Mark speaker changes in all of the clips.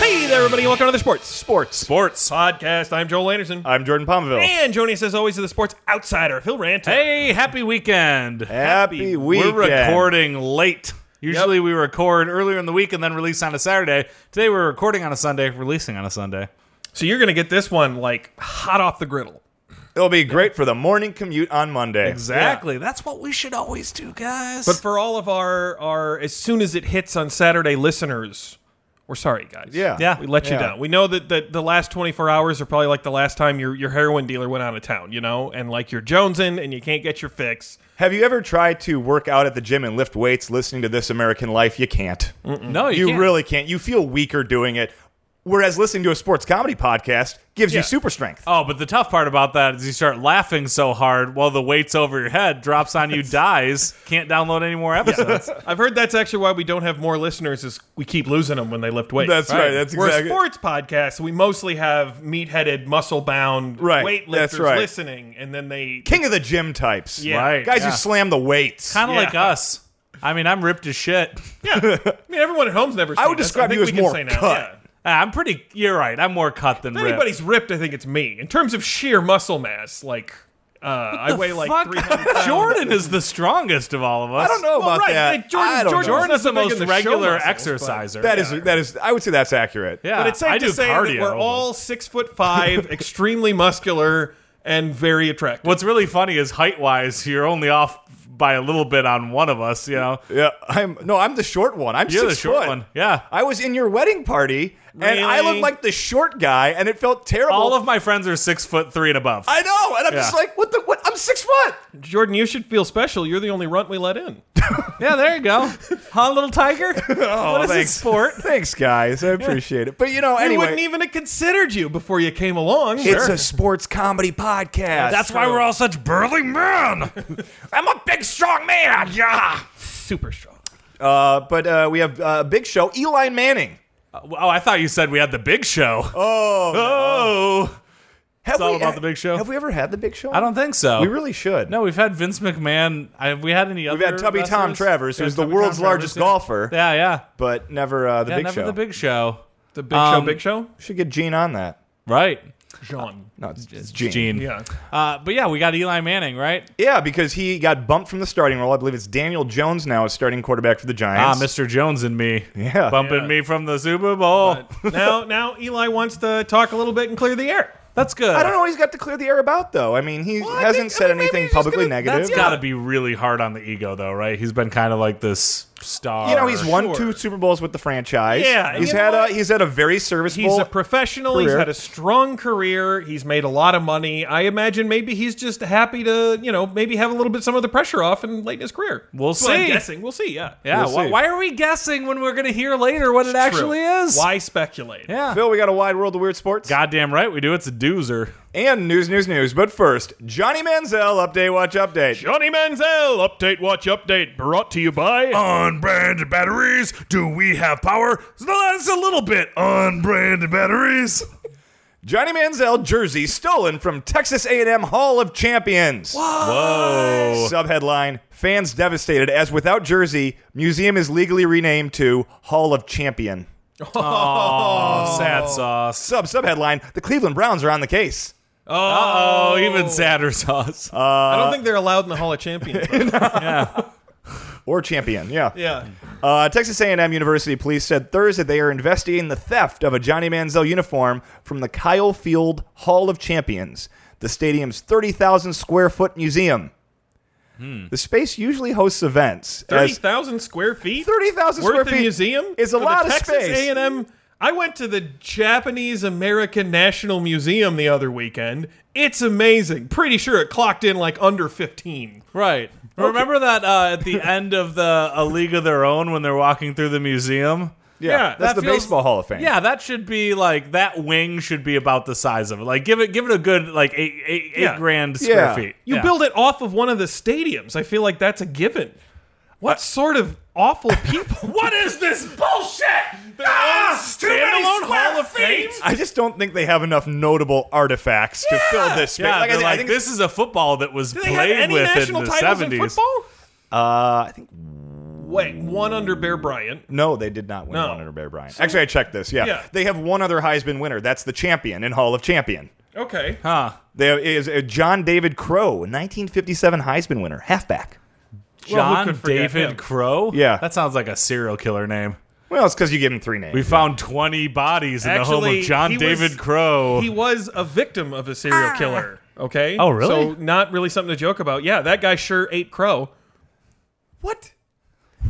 Speaker 1: Hey there, everybody, and welcome to the Sports
Speaker 2: Sports.
Speaker 1: Sports Podcast. I'm Joel Anderson.
Speaker 2: I'm Jordan Palmville.
Speaker 1: and joining us, as always, is the Sports Outsider, Phil Rant.
Speaker 3: Hey, happy weekend.
Speaker 2: Happy weekend.
Speaker 3: We're recording late. Usually we record earlier in the week and then release on a Saturday. Today we're recording on a Sunday, releasing on a Sunday.
Speaker 1: So you're going to get this one like hot off the griddle.
Speaker 2: It'll be great for the morning commute on Monday.
Speaker 3: Exactly. That's what we should always do, guys.
Speaker 1: But for all of our our as soon as it hits on Saturday listeners, we're sorry, guys.
Speaker 2: Yeah.
Speaker 3: Yeah.
Speaker 1: We let you
Speaker 2: Yeah.
Speaker 1: down. We know that the, the last 24 hours are probably like the last time your, your heroin dealer went out of town, you know, and like you're jonesing and you can't get your fix.
Speaker 2: Have you ever tried to work out at the gym and lift weights listening to This American Life? You can't.
Speaker 3: no, you,
Speaker 2: You
Speaker 3: can't.
Speaker 2: really can't. You feel weaker doing it. Whereas listening to a sports comedy podcast gives
Speaker 1: Yeah.
Speaker 2: you super strength.
Speaker 3: Oh, but the tough part about that is you start laughing so hard while the weight's over your head, drops on you, dies, can't download any more episodes.
Speaker 1: I've heard that's actually why we don't have more listeners is we keep losing them when they lift weights.
Speaker 2: That's right. That's
Speaker 1: We're a
Speaker 2: exactly-
Speaker 1: sports podcast. so we mostly have meat-headed, muscle-bound
Speaker 2: Right.
Speaker 1: weightlifters
Speaker 2: That's right.
Speaker 1: listening, and then they
Speaker 2: King of the gym types.
Speaker 1: Yeah.
Speaker 3: Right.
Speaker 2: Guys
Speaker 3: yeah.
Speaker 2: who slam the weights.
Speaker 3: kind of
Speaker 1: Yeah.
Speaker 3: like us. I mean, I'm ripped as shit.
Speaker 1: I mean, everyone at home's never. Seen
Speaker 2: I would
Speaker 1: this.
Speaker 2: describe
Speaker 1: think
Speaker 2: you as
Speaker 1: we can
Speaker 2: more
Speaker 1: say now,
Speaker 2: cut.
Speaker 1: yeah.
Speaker 3: Ah, I'm pretty. You're right. I'm more cut than
Speaker 1: If
Speaker 3: ripped.
Speaker 1: anybody's ripped, I think it's me. In terms of sheer muscle mass, like uh, I weigh like
Speaker 3: Fuck,
Speaker 1: three hundred.
Speaker 3: Jordan is the strongest of all of us.
Speaker 2: I don't know
Speaker 1: Well,
Speaker 2: about
Speaker 1: right,
Speaker 2: that.
Speaker 1: like Jordan-
Speaker 2: I don't
Speaker 1: Jordan-
Speaker 2: know.
Speaker 3: Jordan is the
Speaker 1: Nothing big
Speaker 3: most
Speaker 1: in the show
Speaker 3: regular
Speaker 1: muscles, but-
Speaker 3: exerciser.
Speaker 2: That is- that is I would say that's accurate.
Speaker 3: yeah.
Speaker 1: But it's safe
Speaker 3: I
Speaker 1: to
Speaker 3: do
Speaker 1: say
Speaker 3: cardio.
Speaker 1: that we're all six foot five, extremely muscular, and very attractive.
Speaker 3: What's really funny is height wise, you're only off by a little bit on one of us. You know,
Speaker 2: Yeah, I'm no, I'm the short one. I'm
Speaker 3: you're the
Speaker 2: six
Speaker 3: short
Speaker 2: foot.
Speaker 3: one. Yeah.
Speaker 2: I was in your wedding party and I
Speaker 1: Really?
Speaker 2: looked like the short guy, and it felt terrible.
Speaker 3: All of my friends are six foot three and above.
Speaker 2: I know, and I'm just
Speaker 3: Yeah.
Speaker 2: like, what the? What? I'm six foot.
Speaker 1: Jordan, you should feel special. You're the only runt we let in.
Speaker 3: yeah, there you go. Huh, little tiger? what is
Speaker 2: Oh, thanks.
Speaker 3: this sport?
Speaker 2: Thanks, guys. I appreciate it. But you know,
Speaker 1: We
Speaker 2: anyway,
Speaker 1: wouldn't even have considered you before you came along.
Speaker 2: it's a sports comedy podcast.
Speaker 3: That's why we're all such burly men.
Speaker 2: I'm a big, strong man. Yeah.
Speaker 1: super strong.
Speaker 2: Uh, but uh, we have a uh, big show. Eli Manning.
Speaker 3: oh, I thought you said we had the big show. Oh.
Speaker 2: Have
Speaker 3: all about the Big Show.
Speaker 2: Have we ever had the Big Show?
Speaker 3: I don't think so.
Speaker 2: We really should.
Speaker 3: No, we've had Vince McMahon. Have we had any other?
Speaker 2: We've had Tubby Tom
Speaker 3: wrestlers?
Speaker 2: Travers,
Speaker 3: Yeah,
Speaker 2: who's the
Speaker 3: Tubby
Speaker 2: world's
Speaker 3: Tom
Speaker 2: largest
Speaker 3: Travers, yeah.
Speaker 2: golfer,
Speaker 3: Yeah, yeah.
Speaker 2: but never uh, the
Speaker 3: yeah
Speaker 2: Big
Speaker 3: never
Speaker 2: Show.
Speaker 3: the big show.
Speaker 1: The big show,
Speaker 3: Um,
Speaker 1: big show,
Speaker 2: should get Gene on that.
Speaker 3: Right.
Speaker 1: Jean.
Speaker 2: No, it's, it's Gene.
Speaker 3: Gene.
Speaker 1: Yeah,
Speaker 3: Uh, but yeah, we got Eli Manning, right?
Speaker 2: Yeah, because he got bumped from the starting role. I believe it's Daniel Jones now is starting quarterback for the Giants.
Speaker 3: Ah, Mr. Jones and me.
Speaker 2: Yeah.
Speaker 3: Bumping
Speaker 1: Yeah.
Speaker 3: me from the Super Bowl.
Speaker 1: now now Eli wants to talk a little bit and clear the air.
Speaker 3: That's good.
Speaker 2: I don't know what he's got to clear the air about, though. I mean, he
Speaker 1: I think-
Speaker 2: hasn't
Speaker 1: I mean,
Speaker 2: said
Speaker 1: maybe
Speaker 2: anything
Speaker 1: he's just
Speaker 2: publicly
Speaker 1: gonna-
Speaker 2: negative.
Speaker 3: That's got to be really hard on the ego, though, right? He's been kind of like this star.
Speaker 2: you know, he's won
Speaker 1: Sure.
Speaker 2: two Super Bowls with the franchise.
Speaker 1: Yeah, and
Speaker 2: he's
Speaker 1: you know
Speaker 2: had a
Speaker 1: what?
Speaker 2: he's had a very
Speaker 1: He's
Speaker 2: serviceable.
Speaker 1: a professional. He's
Speaker 2: career.
Speaker 1: had a strong career. He's made a lot of money. I imagine maybe he's just happy to, you know, maybe have a little bit some of the pressure off and late in his career.
Speaker 3: We'll
Speaker 1: That's what I'm
Speaker 3: see.
Speaker 1: guessing. We'll see. Yeah.
Speaker 3: Yeah.
Speaker 2: We'll
Speaker 3: why,
Speaker 2: see.
Speaker 3: why are we guessing when we're going to hear later what it actually
Speaker 1: True.
Speaker 3: is?
Speaker 1: Why speculate?
Speaker 3: Yeah.
Speaker 2: Phil, we got a wide world of weird sports
Speaker 3: Goddamn right we do. It's a doozer.
Speaker 2: and news, news, news. But first, Johnny Manziel update, watch update.
Speaker 1: Johnny Manziel Oh, update, watch update, brought to you by.
Speaker 3: Unbranded batteries. Do we have power? That's a little bit. Unbranded batteries.
Speaker 2: Johnny Manziel jersey stolen from Texas A&M Hall of Champions.
Speaker 3: Whoa.
Speaker 2: Subheadline: Fans devastated as without jersey, museum is legally renamed to Hall of Champion.
Speaker 3: Sad sauce.
Speaker 2: Sub subheadline: The Cleveland Browns are on the case.
Speaker 3: Oh, even sadder sauce.
Speaker 1: I
Speaker 3: Uh,
Speaker 1: don't think they're allowed in the Hall of Champions. though.
Speaker 2: Or champion, yeah.
Speaker 1: yeah.
Speaker 2: Uh, Texas A&M University police said Thursday they are investigating the theft of a Johnny Manziel uniform from the Kyle Field Hall of Champions, the stadium's 30,000 square foot museum. The space usually hosts events.
Speaker 1: Thirty
Speaker 2: as-
Speaker 1: thousand square feet.
Speaker 2: 30,000
Speaker 1: worth
Speaker 2: square
Speaker 1: of
Speaker 2: feet
Speaker 1: museum
Speaker 2: is a
Speaker 1: For
Speaker 2: lot
Speaker 1: the
Speaker 2: of
Speaker 1: Texas
Speaker 2: space.
Speaker 1: A&M. I went to the Japanese American National Museum the other weekend. It's amazing. Pretty sure it clocked in like under fifteen.
Speaker 3: Right. Remember that uh, at the end of the A League of Their Own when they're walking through the museum?
Speaker 2: yeah,
Speaker 1: yeah,
Speaker 2: that's
Speaker 3: that
Speaker 2: the
Speaker 3: feels-
Speaker 2: Baseball Hall of Fame.
Speaker 3: Yeah, that should be like that wing should be about the size of it. Like give it give it a good like eight eight,
Speaker 1: Yeah.
Speaker 3: eight grand square
Speaker 2: Yeah.
Speaker 3: feet.
Speaker 1: You
Speaker 3: Yeah.
Speaker 1: build it off of one of the stadiums. I feel like that's a given. What sort of awful people?
Speaker 3: What is Ah! this bullshit?
Speaker 1: Ah, too many square feet.
Speaker 2: I just don't think they have enough notable artifacts to fill this space.
Speaker 3: Yeah,
Speaker 2: Like, I,
Speaker 3: they're
Speaker 2: thi- I
Speaker 3: like,
Speaker 2: think
Speaker 3: this is a football that was
Speaker 1: Do they have
Speaker 3: played
Speaker 1: any
Speaker 3: with in
Speaker 1: national
Speaker 3: the
Speaker 1: titles in
Speaker 3: seventies.
Speaker 1: football?
Speaker 2: Uh, I think
Speaker 1: Wait, one under Bear Bryant.
Speaker 2: no, they did not win
Speaker 1: No.
Speaker 2: one under Bear Bryant. Actually, I checked this. Yeah.
Speaker 1: Yeah.
Speaker 2: they have one other Heisman winner. That's the champion in Hall of Champion.
Speaker 1: Okay.
Speaker 3: Huh.
Speaker 2: There is uh, John David Crow, 1957 Heisman winner, halfback.
Speaker 1: Well, who
Speaker 3: John
Speaker 1: could forget him?
Speaker 3: David Crow?
Speaker 2: Yeah.
Speaker 3: That sounds like a serial killer name.
Speaker 2: Well, it's because you give him three names.
Speaker 3: We found 20 bodies in the home
Speaker 1: Actually,
Speaker 3: of John
Speaker 1: he
Speaker 3: David
Speaker 1: was-
Speaker 3: Crow.
Speaker 1: He was a victim of a
Speaker 3: Ah.
Speaker 1: serial killer. Okay.
Speaker 3: Oh, really?
Speaker 1: So not really something to joke about. Yeah, that guy sure ate crow. What?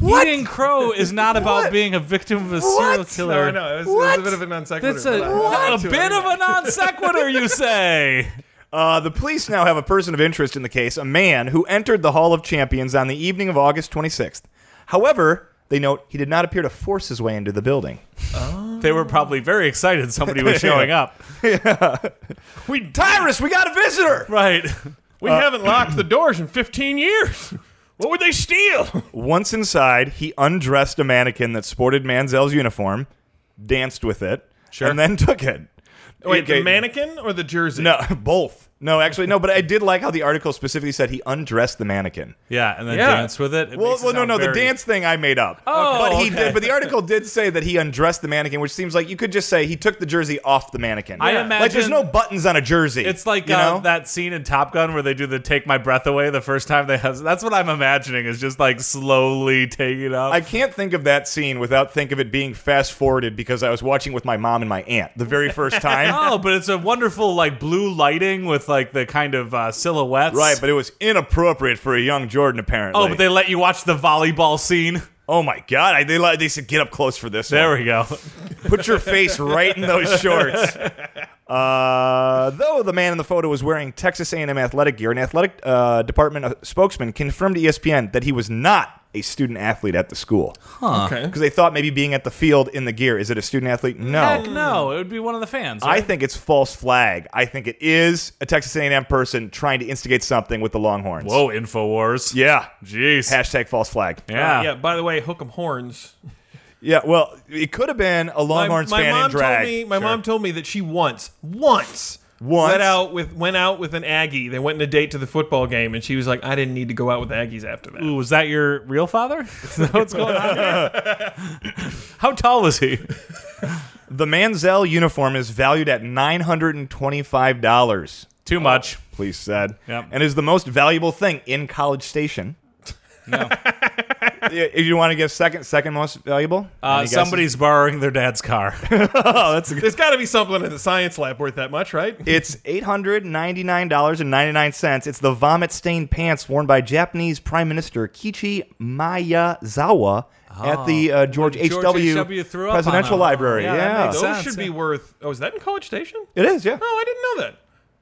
Speaker 3: Eating crow is not about being a victim of a serial
Speaker 1: No, I
Speaker 3: killer.
Speaker 1: know. It was, it was
Speaker 2: What?
Speaker 1: a bit of a non sequitur.
Speaker 3: That's
Speaker 1: but
Speaker 3: a,
Speaker 1: I- I
Speaker 3: a
Speaker 1: got to it
Speaker 3: bit of
Speaker 1: anyway.
Speaker 3: a non sequitur, you say.
Speaker 2: Uh, the police now have a person of interest in the case, a man who entered the Hall of Champions on the evening of August 26th. However, they note he did not appear to force his way into the building.
Speaker 3: They were probably very excited somebody was showing up.
Speaker 1: We,
Speaker 2: Tyrus, we got a visitor!
Speaker 3: Right.
Speaker 1: we
Speaker 3: Uh.
Speaker 1: haven't locked the doors in 15 years. What would they steal?
Speaker 2: Once inside, he undressed a mannequin that sported Manziel's uniform, danced with it,
Speaker 3: Sure.
Speaker 2: and then took it.
Speaker 1: Wait,
Speaker 2: Okay,
Speaker 1: the mannequin or the jersey?
Speaker 2: No, both. No, actually, no, but I did like how the article specifically said he undressed the mannequin.
Speaker 3: Yeah, and then
Speaker 1: Yeah.
Speaker 3: dance with it. It
Speaker 2: Well,
Speaker 3: makes it
Speaker 2: well, no,
Speaker 3: sound
Speaker 2: no, the
Speaker 3: very-
Speaker 2: dance thing I made up.
Speaker 3: Oh,
Speaker 2: but he
Speaker 3: okay.
Speaker 2: did. But the article did say that he undressed the mannequin, which seems like you could just say he took the jersey off the mannequin.
Speaker 3: I
Speaker 2: like there's
Speaker 3: imagine-
Speaker 2: no buttons on a jersey.
Speaker 3: It's like
Speaker 2: you
Speaker 3: uh,
Speaker 2: know?
Speaker 3: that scene in Top Gun where they do the "Take My Breath Away" the first time they have. That's what I'm imagining is just like slowly taking it off.
Speaker 2: I can't think of that scene without think of it being fast forwarded because I was watching with my mom and my aunt the very first time.
Speaker 3: oh, but it's a wonderful like blue lighting with like the kind of uh, silhouettes.
Speaker 2: right, but it was inappropriate for a young Jordan apparently.
Speaker 3: oh, but they let you watch the volleyball scene.
Speaker 2: Oh my god, I, they li- they said get up close for this.
Speaker 3: There
Speaker 2: one.
Speaker 3: we go.
Speaker 2: Put your face right in those shorts. Uh, though the man in the photo was wearing Texas A&M athletic gear, an athletic uh, department spokesman confirmed to E ESPN that he was not a student athlete at the school because
Speaker 1: Okay.
Speaker 2: they thought maybe being at the field in the gear is it a student athlete? No.
Speaker 3: Heck no, it would be one of the fans.
Speaker 2: Oh. I
Speaker 3: right?
Speaker 2: think it's false flag. I think it is a Texas A&M person trying to instigate something with the Longhorns.
Speaker 3: Whoa, Infowars.
Speaker 2: Yeah.
Speaker 3: Jeez.
Speaker 2: Hashtag false flag.
Speaker 3: yeah.
Speaker 1: Uh, yeah, by the way, hook 'em horns.
Speaker 2: Yeah, well, it could have been a
Speaker 1: My-
Speaker 2: Longhorns
Speaker 1: my
Speaker 2: fan
Speaker 1: mom
Speaker 2: in drag.
Speaker 1: Told me, my
Speaker 2: Sure.
Speaker 1: mom told me that she once, once,
Speaker 2: Once?
Speaker 1: went out with went out with an Aggie. They went on a date to the football game, and she was like, "I didn't need to go out with Aggies after that."
Speaker 3: Ooh, was that your real father? Is that what's going on? here? How tall was he?
Speaker 2: The Manziel uniform is valued at $925,
Speaker 3: Too much.
Speaker 2: police said,
Speaker 3: Yep.
Speaker 2: and is the most valuable thing in College Station. No. if you want to give second, second most valuable?
Speaker 3: Uh,
Speaker 2: Any guesses?
Speaker 3: somebody's borrowing their dad's car.
Speaker 2: Oh, that's a good.
Speaker 1: There's got to be something in the science lab worth that much, right?
Speaker 2: It's $899.99. It's the vomit stained pants worn by Japanese Prime Minister Kichi Mayazawa
Speaker 3: Oh.
Speaker 2: at the uh, George H.W.
Speaker 3: H.W. threw up on
Speaker 2: Presidential
Speaker 3: him.
Speaker 2: Library.
Speaker 3: Yeah,
Speaker 2: Yeah.
Speaker 3: that makes
Speaker 1: Those
Speaker 3: sense,
Speaker 1: should
Speaker 3: yeah.
Speaker 1: be worth. Oh, is that in College Station?
Speaker 2: It is, yeah.
Speaker 1: No, I didn't know that.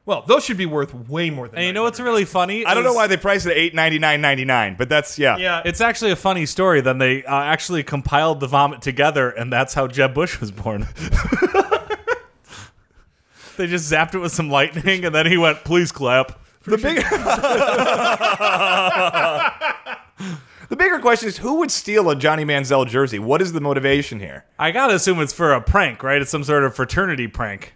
Speaker 1: Well, those should be worth way more than.
Speaker 3: And you know what's really funny?
Speaker 2: I don't know
Speaker 3: is-
Speaker 2: why they priced it at eight ninety nine ninety nine, but that's yeah.
Speaker 1: 900. Yeah,
Speaker 3: It's actually a funny story. Then they uh, actually compiled the vomit together, and that's how Jeb Bush was born. they just zapped it with some lightning, and then he went, "Please clap."
Speaker 2: The big The bigger question is who would steal a Johnny Manziel jersey? What is the motivation here?
Speaker 3: I gotta assume it's for a prank, right? It's some sort of fraternity prank.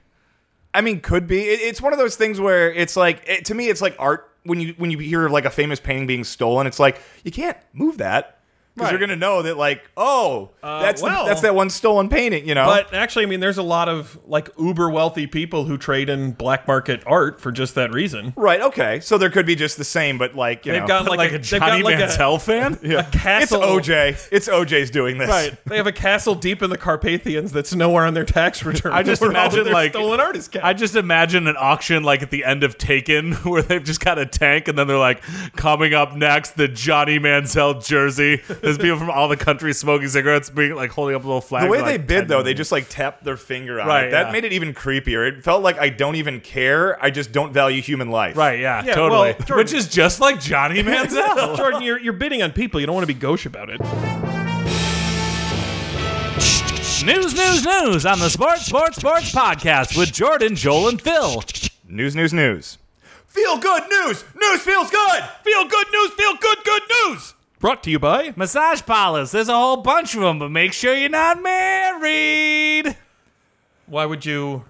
Speaker 2: I mean, could be. It, it's one of those things where it's like it, to me, it's like art. When you when you hear of like a famous painting being stolen, it's like you can't move that because
Speaker 1: Right. Uh,
Speaker 2: you're gonna know that like oh that's the-
Speaker 1: well-
Speaker 2: that's that one stolen painting, you know.
Speaker 1: But actually, I mean, there's a lot of like uber wealthy people who trade in black market art for just that reason.
Speaker 2: right, okay, so there could be just the same, but like you
Speaker 1: They've
Speaker 2: know,
Speaker 1: got
Speaker 3: Like,
Speaker 1: like,
Speaker 3: a
Speaker 1: they've got,
Speaker 3: Johnny
Speaker 1: like, a-
Speaker 3: Manziel fan?
Speaker 1: a
Speaker 2: it's
Speaker 1: castle.
Speaker 2: OJ, it's OJ's doing this.
Speaker 1: Right. They have a castle deep in the Carpathians that's nowhere on their tax return.
Speaker 3: I just
Speaker 1: Where all of
Speaker 3: imagine,
Speaker 1: their
Speaker 3: like-
Speaker 1: stolen art is kept.
Speaker 3: I just imagine an auction like at the end of Taken where they've just got a tank and then they're like, coming up next, the Johnny Mansell jersey. There's people from all the country smoking cigarettes, being like holding up a little flag.
Speaker 2: The way
Speaker 3: like,
Speaker 2: they
Speaker 3: 10
Speaker 2: bid though, they just like tapped their finger on it.
Speaker 3: Right,
Speaker 2: That
Speaker 3: yeah.
Speaker 2: made it even creepier. It felt like I don't even care. I just don't value human life.
Speaker 3: Right, yeah,
Speaker 1: Yeah, well,
Speaker 3: totally.
Speaker 1: Jordan-
Speaker 3: Which is just like Johnny Manziel.
Speaker 1: Jordan, you're, you're bidding on people. You don't want to be gauche about it.
Speaker 3: news, news, news on the Sports, Sports, Sports podcast with Jordan, Joel, and Phil.
Speaker 2: News, news, news. Feel good news. News feels good.
Speaker 1: Feel good news. Feel good, good news. Brought to you by
Speaker 3: Massage parlors. There's a whole bunch of them, but make sure you're not married.
Speaker 1: Why would you?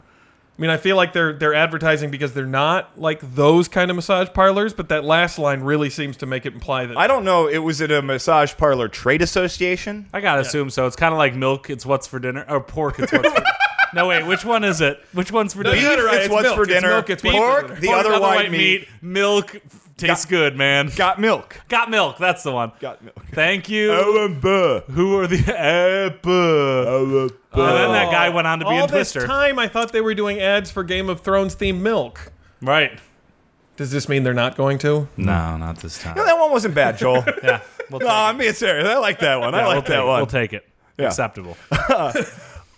Speaker 1: I mean, I feel like they're they're advertising because they're not like those kind of massage parlors, but that last line really seems to make it imply that
Speaker 2: I don't know. It was at a massage parlor trade association.
Speaker 3: I gotta assume so. It's kind of like milk. It's what's for dinner, or pork. It's what's for No, wait. Which one is it? Which one's for
Speaker 1: you
Speaker 3: dinner?
Speaker 1: got it right.
Speaker 2: it's
Speaker 1: It's
Speaker 2: what's
Speaker 1: milk.
Speaker 2: for
Speaker 1: It's
Speaker 2: dinner.
Speaker 1: milk. It's what's
Speaker 2: pork,
Speaker 1: for dinner.
Speaker 2: the
Speaker 3: Pork,
Speaker 2: other white, meat.
Speaker 3: Milk f- tastes good, man.
Speaker 2: Got milk.
Speaker 3: Got milk. That's the one.
Speaker 2: Got Oh. milk.
Speaker 3: Thank you.
Speaker 2: and buh.
Speaker 3: Who are the apple?
Speaker 2: Oh,
Speaker 3: and then that guy went on to be
Speaker 1: all
Speaker 3: in
Speaker 1: this
Speaker 3: Twister.
Speaker 1: time I thought they were doing ads for Game of Thrones themed milk.
Speaker 3: Right.
Speaker 1: Does this mean they're not going to?
Speaker 3: No, not this time.
Speaker 2: that one wasn't bad, Joel.
Speaker 3: yeah, we'll
Speaker 2: no, I'm being serious. I like that one. I like
Speaker 3: take
Speaker 2: that
Speaker 3: it.
Speaker 2: one.
Speaker 3: We'll take it. Acceptable.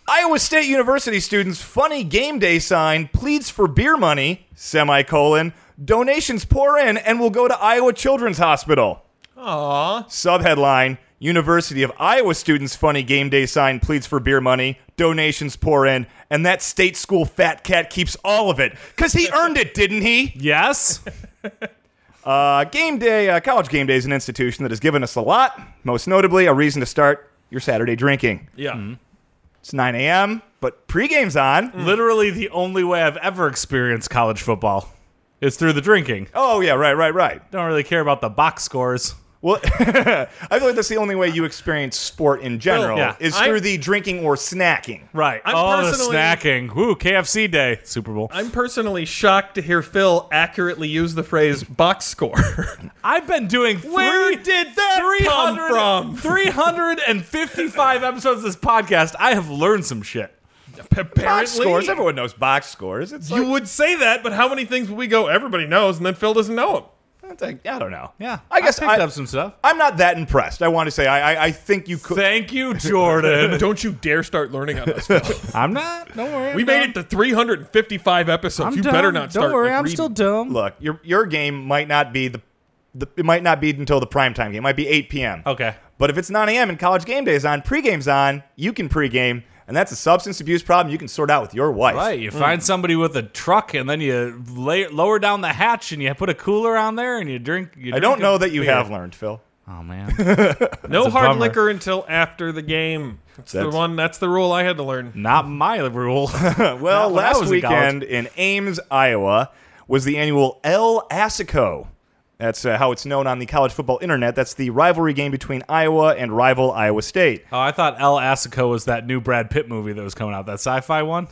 Speaker 2: Iowa State University students' funny game day sign pleads for beer money, semicolon, donations pour in and will go to Iowa Children's Hospital.
Speaker 1: Aw,
Speaker 2: Subheadline University of Iowa students' funny game day sign pleads for beer money, donations pour in, and that state school fat cat keeps all of it. Because he earned it, didn't he?
Speaker 3: Yes.
Speaker 2: Uh, game day, uh, college game day is an institution that has given us a lot, most notably, a reason to start your Saturday drinking.
Speaker 1: yeah.
Speaker 3: Hmm.
Speaker 2: It's 9 a.m., but pregame's on.
Speaker 3: Literally the only way I've ever experienced college football is through the drinking.
Speaker 2: Oh, yeah, right, right, right.
Speaker 3: Don't really care about the box scores.
Speaker 2: Well, I feel like that's the only way you experience sport in general
Speaker 3: yeah.
Speaker 2: is
Speaker 1: I-
Speaker 2: through the drinking or snacking.
Speaker 3: Right.
Speaker 1: I'm
Speaker 3: oh, the
Speaker 1: personally-
Speaker 3: snacking. Woo, KFC day. Super Bowl.
Speaker 1: I'm personally shocked to hear Phil accurately use the phrase box score.
Speaker 3: I've been doing
Speaker 1: Where
Speaker 3: three-
Speaker 1: did that come
Speaker 3: 300
Speaker 1: from?
Speaker 3: 355 episodes of this podcast. I have learned some shit.
Speaker 1: Apparently,
Speaker 2: Box scores. Everyone knows box scores. It's
Speaker 1: You
Speaker 2: like,
Speaker 1: would say that, but how many things would we go? Everybody knows, and then Phil doesn't know them.
Speaker 2: it's like, I don't know.
Speaker 3: Yeah.
Speaker 2: I guess
Speaker 3: picked
Speaker 2: I-
Speaker 3: up some stuff.
Speaker 2: I'm not that impressed. I want to say I, I, I think you could.
Speaker 3: Thank you, Jordan.
Speaker 1: Don't you dare start learning on us. Phil.
Speaker 3: I'm not. Don't worry.
Speaker 1: we made it to 355 episodes. you better not start. like, reading.
Speaker 3: dumb.
Speaker 2: Look, your your game might not be the, the it might not be until the prime time game. It might be 8 p.m.
Speaker 3: Okay.
Speaker 2: But if it's 9 a.m. and college game day is on, pregame's on. You can pregame, and that's a substance abuse problem you can sort out with your wife.
Speaker 3: Right, you find somebody with a truck, and then you lay, lower down the hatch, and you put a cooler on there, and you drink. You
Speaker 2: I don't know that you have learned, Phil.
Speaker 3: Oh man,
Speaker 1: No
Speaker 3: That's a
Speaker 1: hard
Speaker 3: bummer.
Speaker 1: liquor until after the game. That's,
Speaker 2: That's-
Speaker 1: the one. That's the rule I had to learn.
Speaker 3: not my rule.
Speaker 2: Well,
Speaker 3: Not when I
Speaker 2: last
Speaker 3: was in college.
Speaker 2: weekend in Ames, Iowa, was the annual El Asico. That's uh, how it's known on the college football internet. That's the rivalry game between Iowa and rival Iowa State.
Speaker 3: Oh, I thought El Asico was that new Brad Pitt movie that was coming out, that sci-fi one.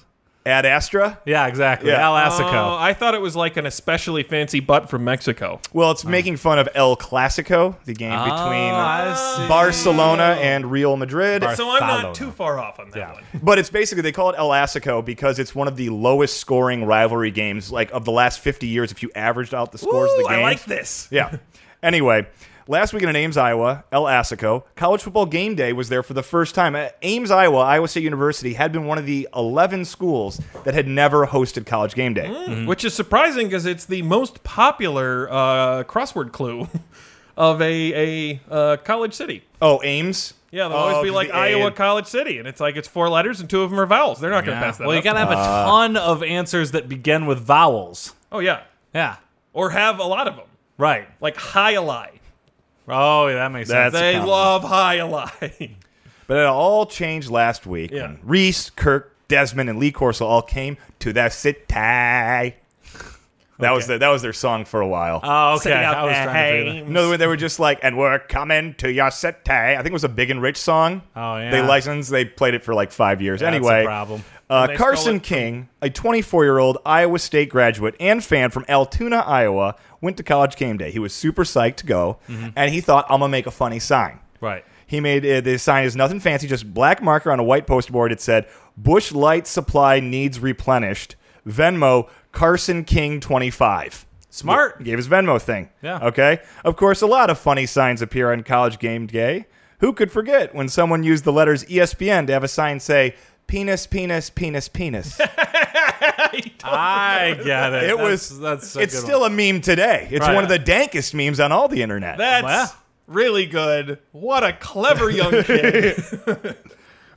Speaker 2: Ad Astra?
Speaker 3: Yeah, exactly.
Speaker 2: Yeah.
Speaker 3: El
Speaker 1: Oh,
Speaker 3: Asico.
Speaker 1: I thought it was like an especially fancy butt from Mexico.
Speaker 2: Well, it's making fun of El Clasico, the game
Speaker 3: Ah, I
Speaker 2: between
Speaker 3: see.
Speaker 2: Barcelona and Real Madrid.
Speaker 3: Bar-
Speaker 1: So I'm
Speaker 3: Follow
Speaker 1: not too far off on that
Speaker 3: Yeah.
Speaker 1: one.
Speaker 2: But it's basically, they call it El Asico because it's one of the lowest scoring rivalry games like of the last 50 years if you averaged out the scores of
Speaker 1: Ooh,
Speaker 2: the game.
Speaker 1: I like this.
Speaker 2: Yeah. Anyway, last weekend in Ames, Iowa, El Asico, college football game day was there for the first time. Uh, Ames, Iowa, Iowa State University had been one of the 11 schools that had never hosted college game day.
Speaker 1: Which is surprising because it's the most popular uh, crossword clue of a, a uh, college city.
Speaker 2: Oh, Ames?
Speaker 1: Yeah, they'll
Speaker 2: Oh,
Speaker 1: always be
Speaker 2: 'cause
Speaker 1: like
Speaker 2: the A
Speaker 1: Iowa
Speaker 2: and-
Speaker 1: College City, and it's like it's four letters and two of them are vowels. They're not going to pass that.
Speaker 3: Well, you
Speaker 1: up.
Speaker 3: gotta have a
Speaker 2: Uh,
Speaker 3: ton of answers that begin with vowels.
Speaker 1: oh yeah,
Speaker 3: Yeah.
Speaker 1: or have a lot of them,
Speaker 3: Right.
Speaker 1: like hiali.
Speaker 3: Oh, yeah, that makes sense.
Speaker 2: That's a
Speaker 1: They
Speaker 2: compliment.
Speaker 1: love hiali.
Speaker 2: But it all changed last week.
Speaker 1: Yeah.
Speaker 2: when Reese, Kirk, Desmond, and Lee Corso all came to the city. That was the, that was their song for a while.
Speaker 3: Oh, okay. I was trying to figure that.
Speaker 2: No, they were just like, and we're coming to your city. I think it was a Big and Rich song.
Speaker 3: Oh, yeah.
Speaker 2: They licensed. They played it for like five years.
Speaker 3: that's a
Speaker 2: anyway,
Speaker 3: problem.
Speaker 2: Uh,
Speaker 1: they stole
Speaker 2: Carson
Speaker 1: it
Speaker 2: King, a 24-year-old Iowa State graduate and fan from Altoona, Iowa, went to college game day. He was super psyched to go,
Speaker 3: Mm-hmm.
Speaker 2: and he thought, "I'm gonna make a funny sign."
Speaker 3: Right.
Speaker 2: He made uh, the sign is nothing fancy, just black marker on a white poster board. It said, "Bush Light Supply needs replenished." Venmo Carson King 25.
Speaker 3: Smart.
Speaker 2: Gave his Venmo thing.
Speaker 3: Yeah.
Speaker 2: Okay. Of course, a lot of funny signs appear on college game day. Who could forget when someone used the letters E ESPN to have a sign say "penis, penis, penis, penis"?
Speaker 1: Uh,
Speaker 3: I get it.
Speaker 2: It
Speaker 3: That's-
Speaker 2: was.
Speaker 3: That's a
Speaker 2: it's
Speaker 3: good
Speaker 2: still
Speaker 3: one.
Speaker 2: a meme today. It's
Speaker 3: Right.
Speaker 2: one of the dankest memes on all the internet.
Speaker 1: That's
Speaker 3: Wow.
Speaker 1: really good. What a clever young kid.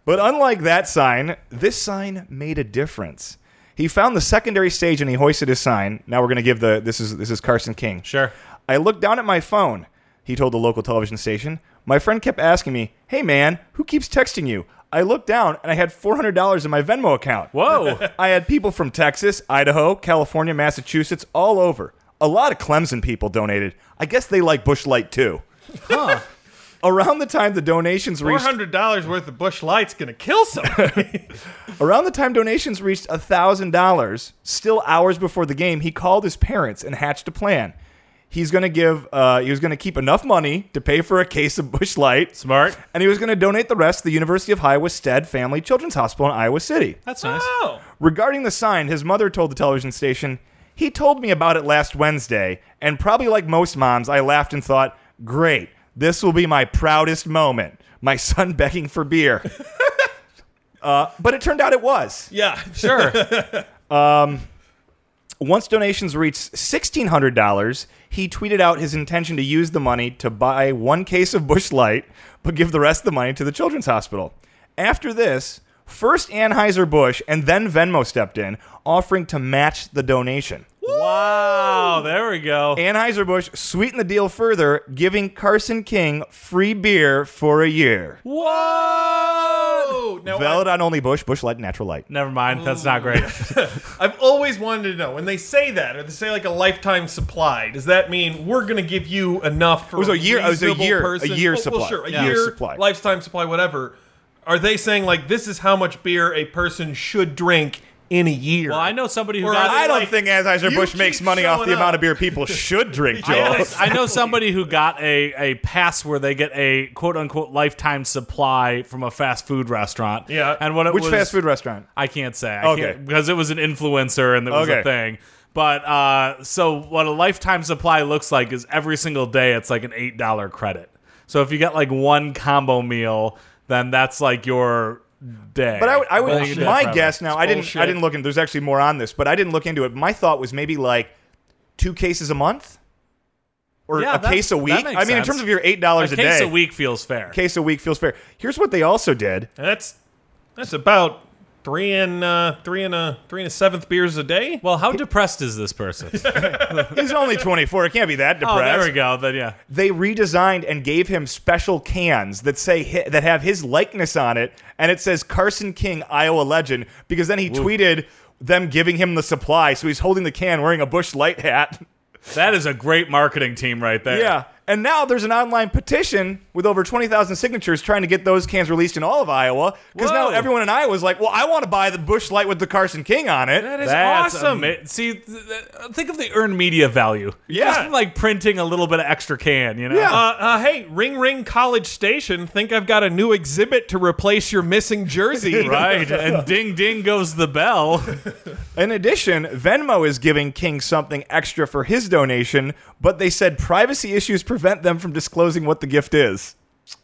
Speaker 2: But unlike that sign, this sign made a difference. He found the secondary stage and he hoisted his sign. Now we're going to give the this is this is Carson King.
Speaker 3: Sure.
Speaker 2: I looked down at my phone. he told the local television station. My friend kept asking me, Hey man, who keeps texting you? I looked down and I had $400 in my Venmo account.
Speaker 3: Whoa.
Speaker 2: I had people from Texas, Idaho, California, Massachusetts, all over. A lot of Clemson people donated. I guess they like Bush Light too. Around the time the donations
Speaker 1: Four
Speaker 2: reached
Speaker 1: hundred dollars worth of Bush Light's gonna kill somebody.
Speaker 2: Around the time donations reached $1,000, still hours before the game, he called his parents and hatched a plan. He's going to give, uh, he was going to keep enough money to pay for a case of Bush Light,
Speaker 3: Smart.
Speaker 2: and he was going to donate the rest to the University of Iowa Stead Family Children's Hospital in Iowa City.
Speaker 3: That's nice.
Speaker 1: oh,
Speaker 2: Regarding the sign, his mother told the television station, He told me about it last Wednesday, and probably like most moms, I laughed and thought, Great, this will be my proudest moment. My son begging for beer. uh, but it turned out it was.
Speaker 1: yeah,
Speaker 3: Sure.
Speaker 2: Once donations reached $1,600, he tweeted out his intention to use the money to buy one case of Bush Light, but give the rest of the money to the Children's Hospital. After this, first Anheuser-Busch and then Venmo stepped in, offering to match the donation.
Speaker 3: wow. Oh, There we go.
Speaker 2: Anheuser-Busch sweetened the deal further, giving Carson King free beer for a year.
Speaker 3: Whoa.
Speaker 1: Oh, now
Speaker 2: Valid on only Bush, Bush Light, Natural Light.
Speaker 3: Never mind. That's not great.
Speaker 1: I, have always wanted to know when they say that, or they say like a lifetime supply. Does that mean we're gonna give you enough for
Speaker 2: was Oh, a year- it was a
Speaker 1: reasonable
Speaker 2: year- a
Speaker 1: person? Oh,
Speaker 2: year
Speaker 1: Well,
Speaker 2: supply.
Speaker 1: Well, sure, a
Speaker 2: Yeah.
Speaker 1: year
Speaker 2: Year supply.
Speaker 1: lifetime supply, whatever. Are they saying like this is how much beer a person should drink in a year?
Speaker 3: Well, I know somebody who
Speaker 1: Or
Speaker 3: got.
Speaker 1: I
Speaker 2: I don't
Speaker 1: Like,
Speaker 2: think Anheuser-Busch
Speaker 1: you
Speaker 2: makes
Speaker 1: keep
Speaker 2: money off
Speaker 1: showing
Speaker 2: the amount
Speaker 1: up.
Speaker 2: of beer people should drink, Joel.
Speaker 3: I know, I know somebody who got a, a pass where they get a quote unquote lifetime supply from a fast food restaurant.
Speaker 1: Yeah.
Speaker 3: And what it
Speaker 2: Which
Speaker 3: was,
Speaker 2: fast food restaurant?
Speaker 3: I can't say. I
Speaker 2: Okay.
Speaker 3: can't, because it was an influencer and it was
Speaker 2: Okay.
Speaker 3: a thing. But uh, so what a lifetime supply looks like is every single day it's like an eight dollar credit. So if you get like one combo meal, then that's like your day.
Speaker 2: But I would, I would
Speaker 3: Then you can do that
Speaker 2: my
Speaker 3: forever.
Speaker 2: guess now. I didn't. I
Speaker 1: bullshit.
Speaker 2: didn't look into. There's actually more on this, but I didn't look into it. My thought was maybe like two cases a month, or
Speaker 3: Yeah,
Speaker 2: a
Speaker 3: that-
Speaker 2: case a
Speaker 3: that
Speaker 2: week.
Speaker 3: makes
Speaker 2: I mean, in
Speaker 3: sense.
Speaker 2: terms of your eight dollars
Speaker 3: a
Speaker 2: a
Speaker 3: case
Speaker 2: day,
Speaker 3: a week feels fair.
Speaker 2: case a week feels fair. Here's what they also did.
Speaker 1: And that's that's about three and uh, three and a three and a seventh beers a day.
Speaker 3: well, how depressed is this person?
Speaker 2: He's only 24. It can't be that
Speaker 3: oh, there
Speaker 2: depressed.
Speaker 3: we go. Then yeah.
Speaker 2: they redesigned and gave him special cans that say hi- that have his likeness on it, and it says Carson King, Iowa legend. Because then he tweeted them giving him the supply, so he's holding the can wearing a Bush Light hat.
Speaker 3: That is a great marketing team right there.
Speaker 2: Yeah. And now there's an online petition with over 20,000 signatures trying to get those cans released in all of Iowa. Because now
Speaker 3: Whoa.
Speaker 2: everyone in Iowa is like, well, I want to buy the Bush Light with the Carson King on it.
Speaker 1: That is
Speaker 3: That's
Speaker 1: awesome.
Speaker 3: ama- See, th- th- think of the earned media value.
Speaker 2: Yeah.
Speaker 3: Just from, like printing a little bit of extra can, you know?
Speaker 2: Yeah.
Speaker 1: uh, uh, hey, Ring Ring College Station, think I've got a new exhibit to replace your missing jersey.
Speaker 3: Oh, Right. And ding ding goes the bell.
Speaker 2: in addition, Venmo is giving King something extra for his donation, but they said privacy issues prevent them from disclosing what the gift is.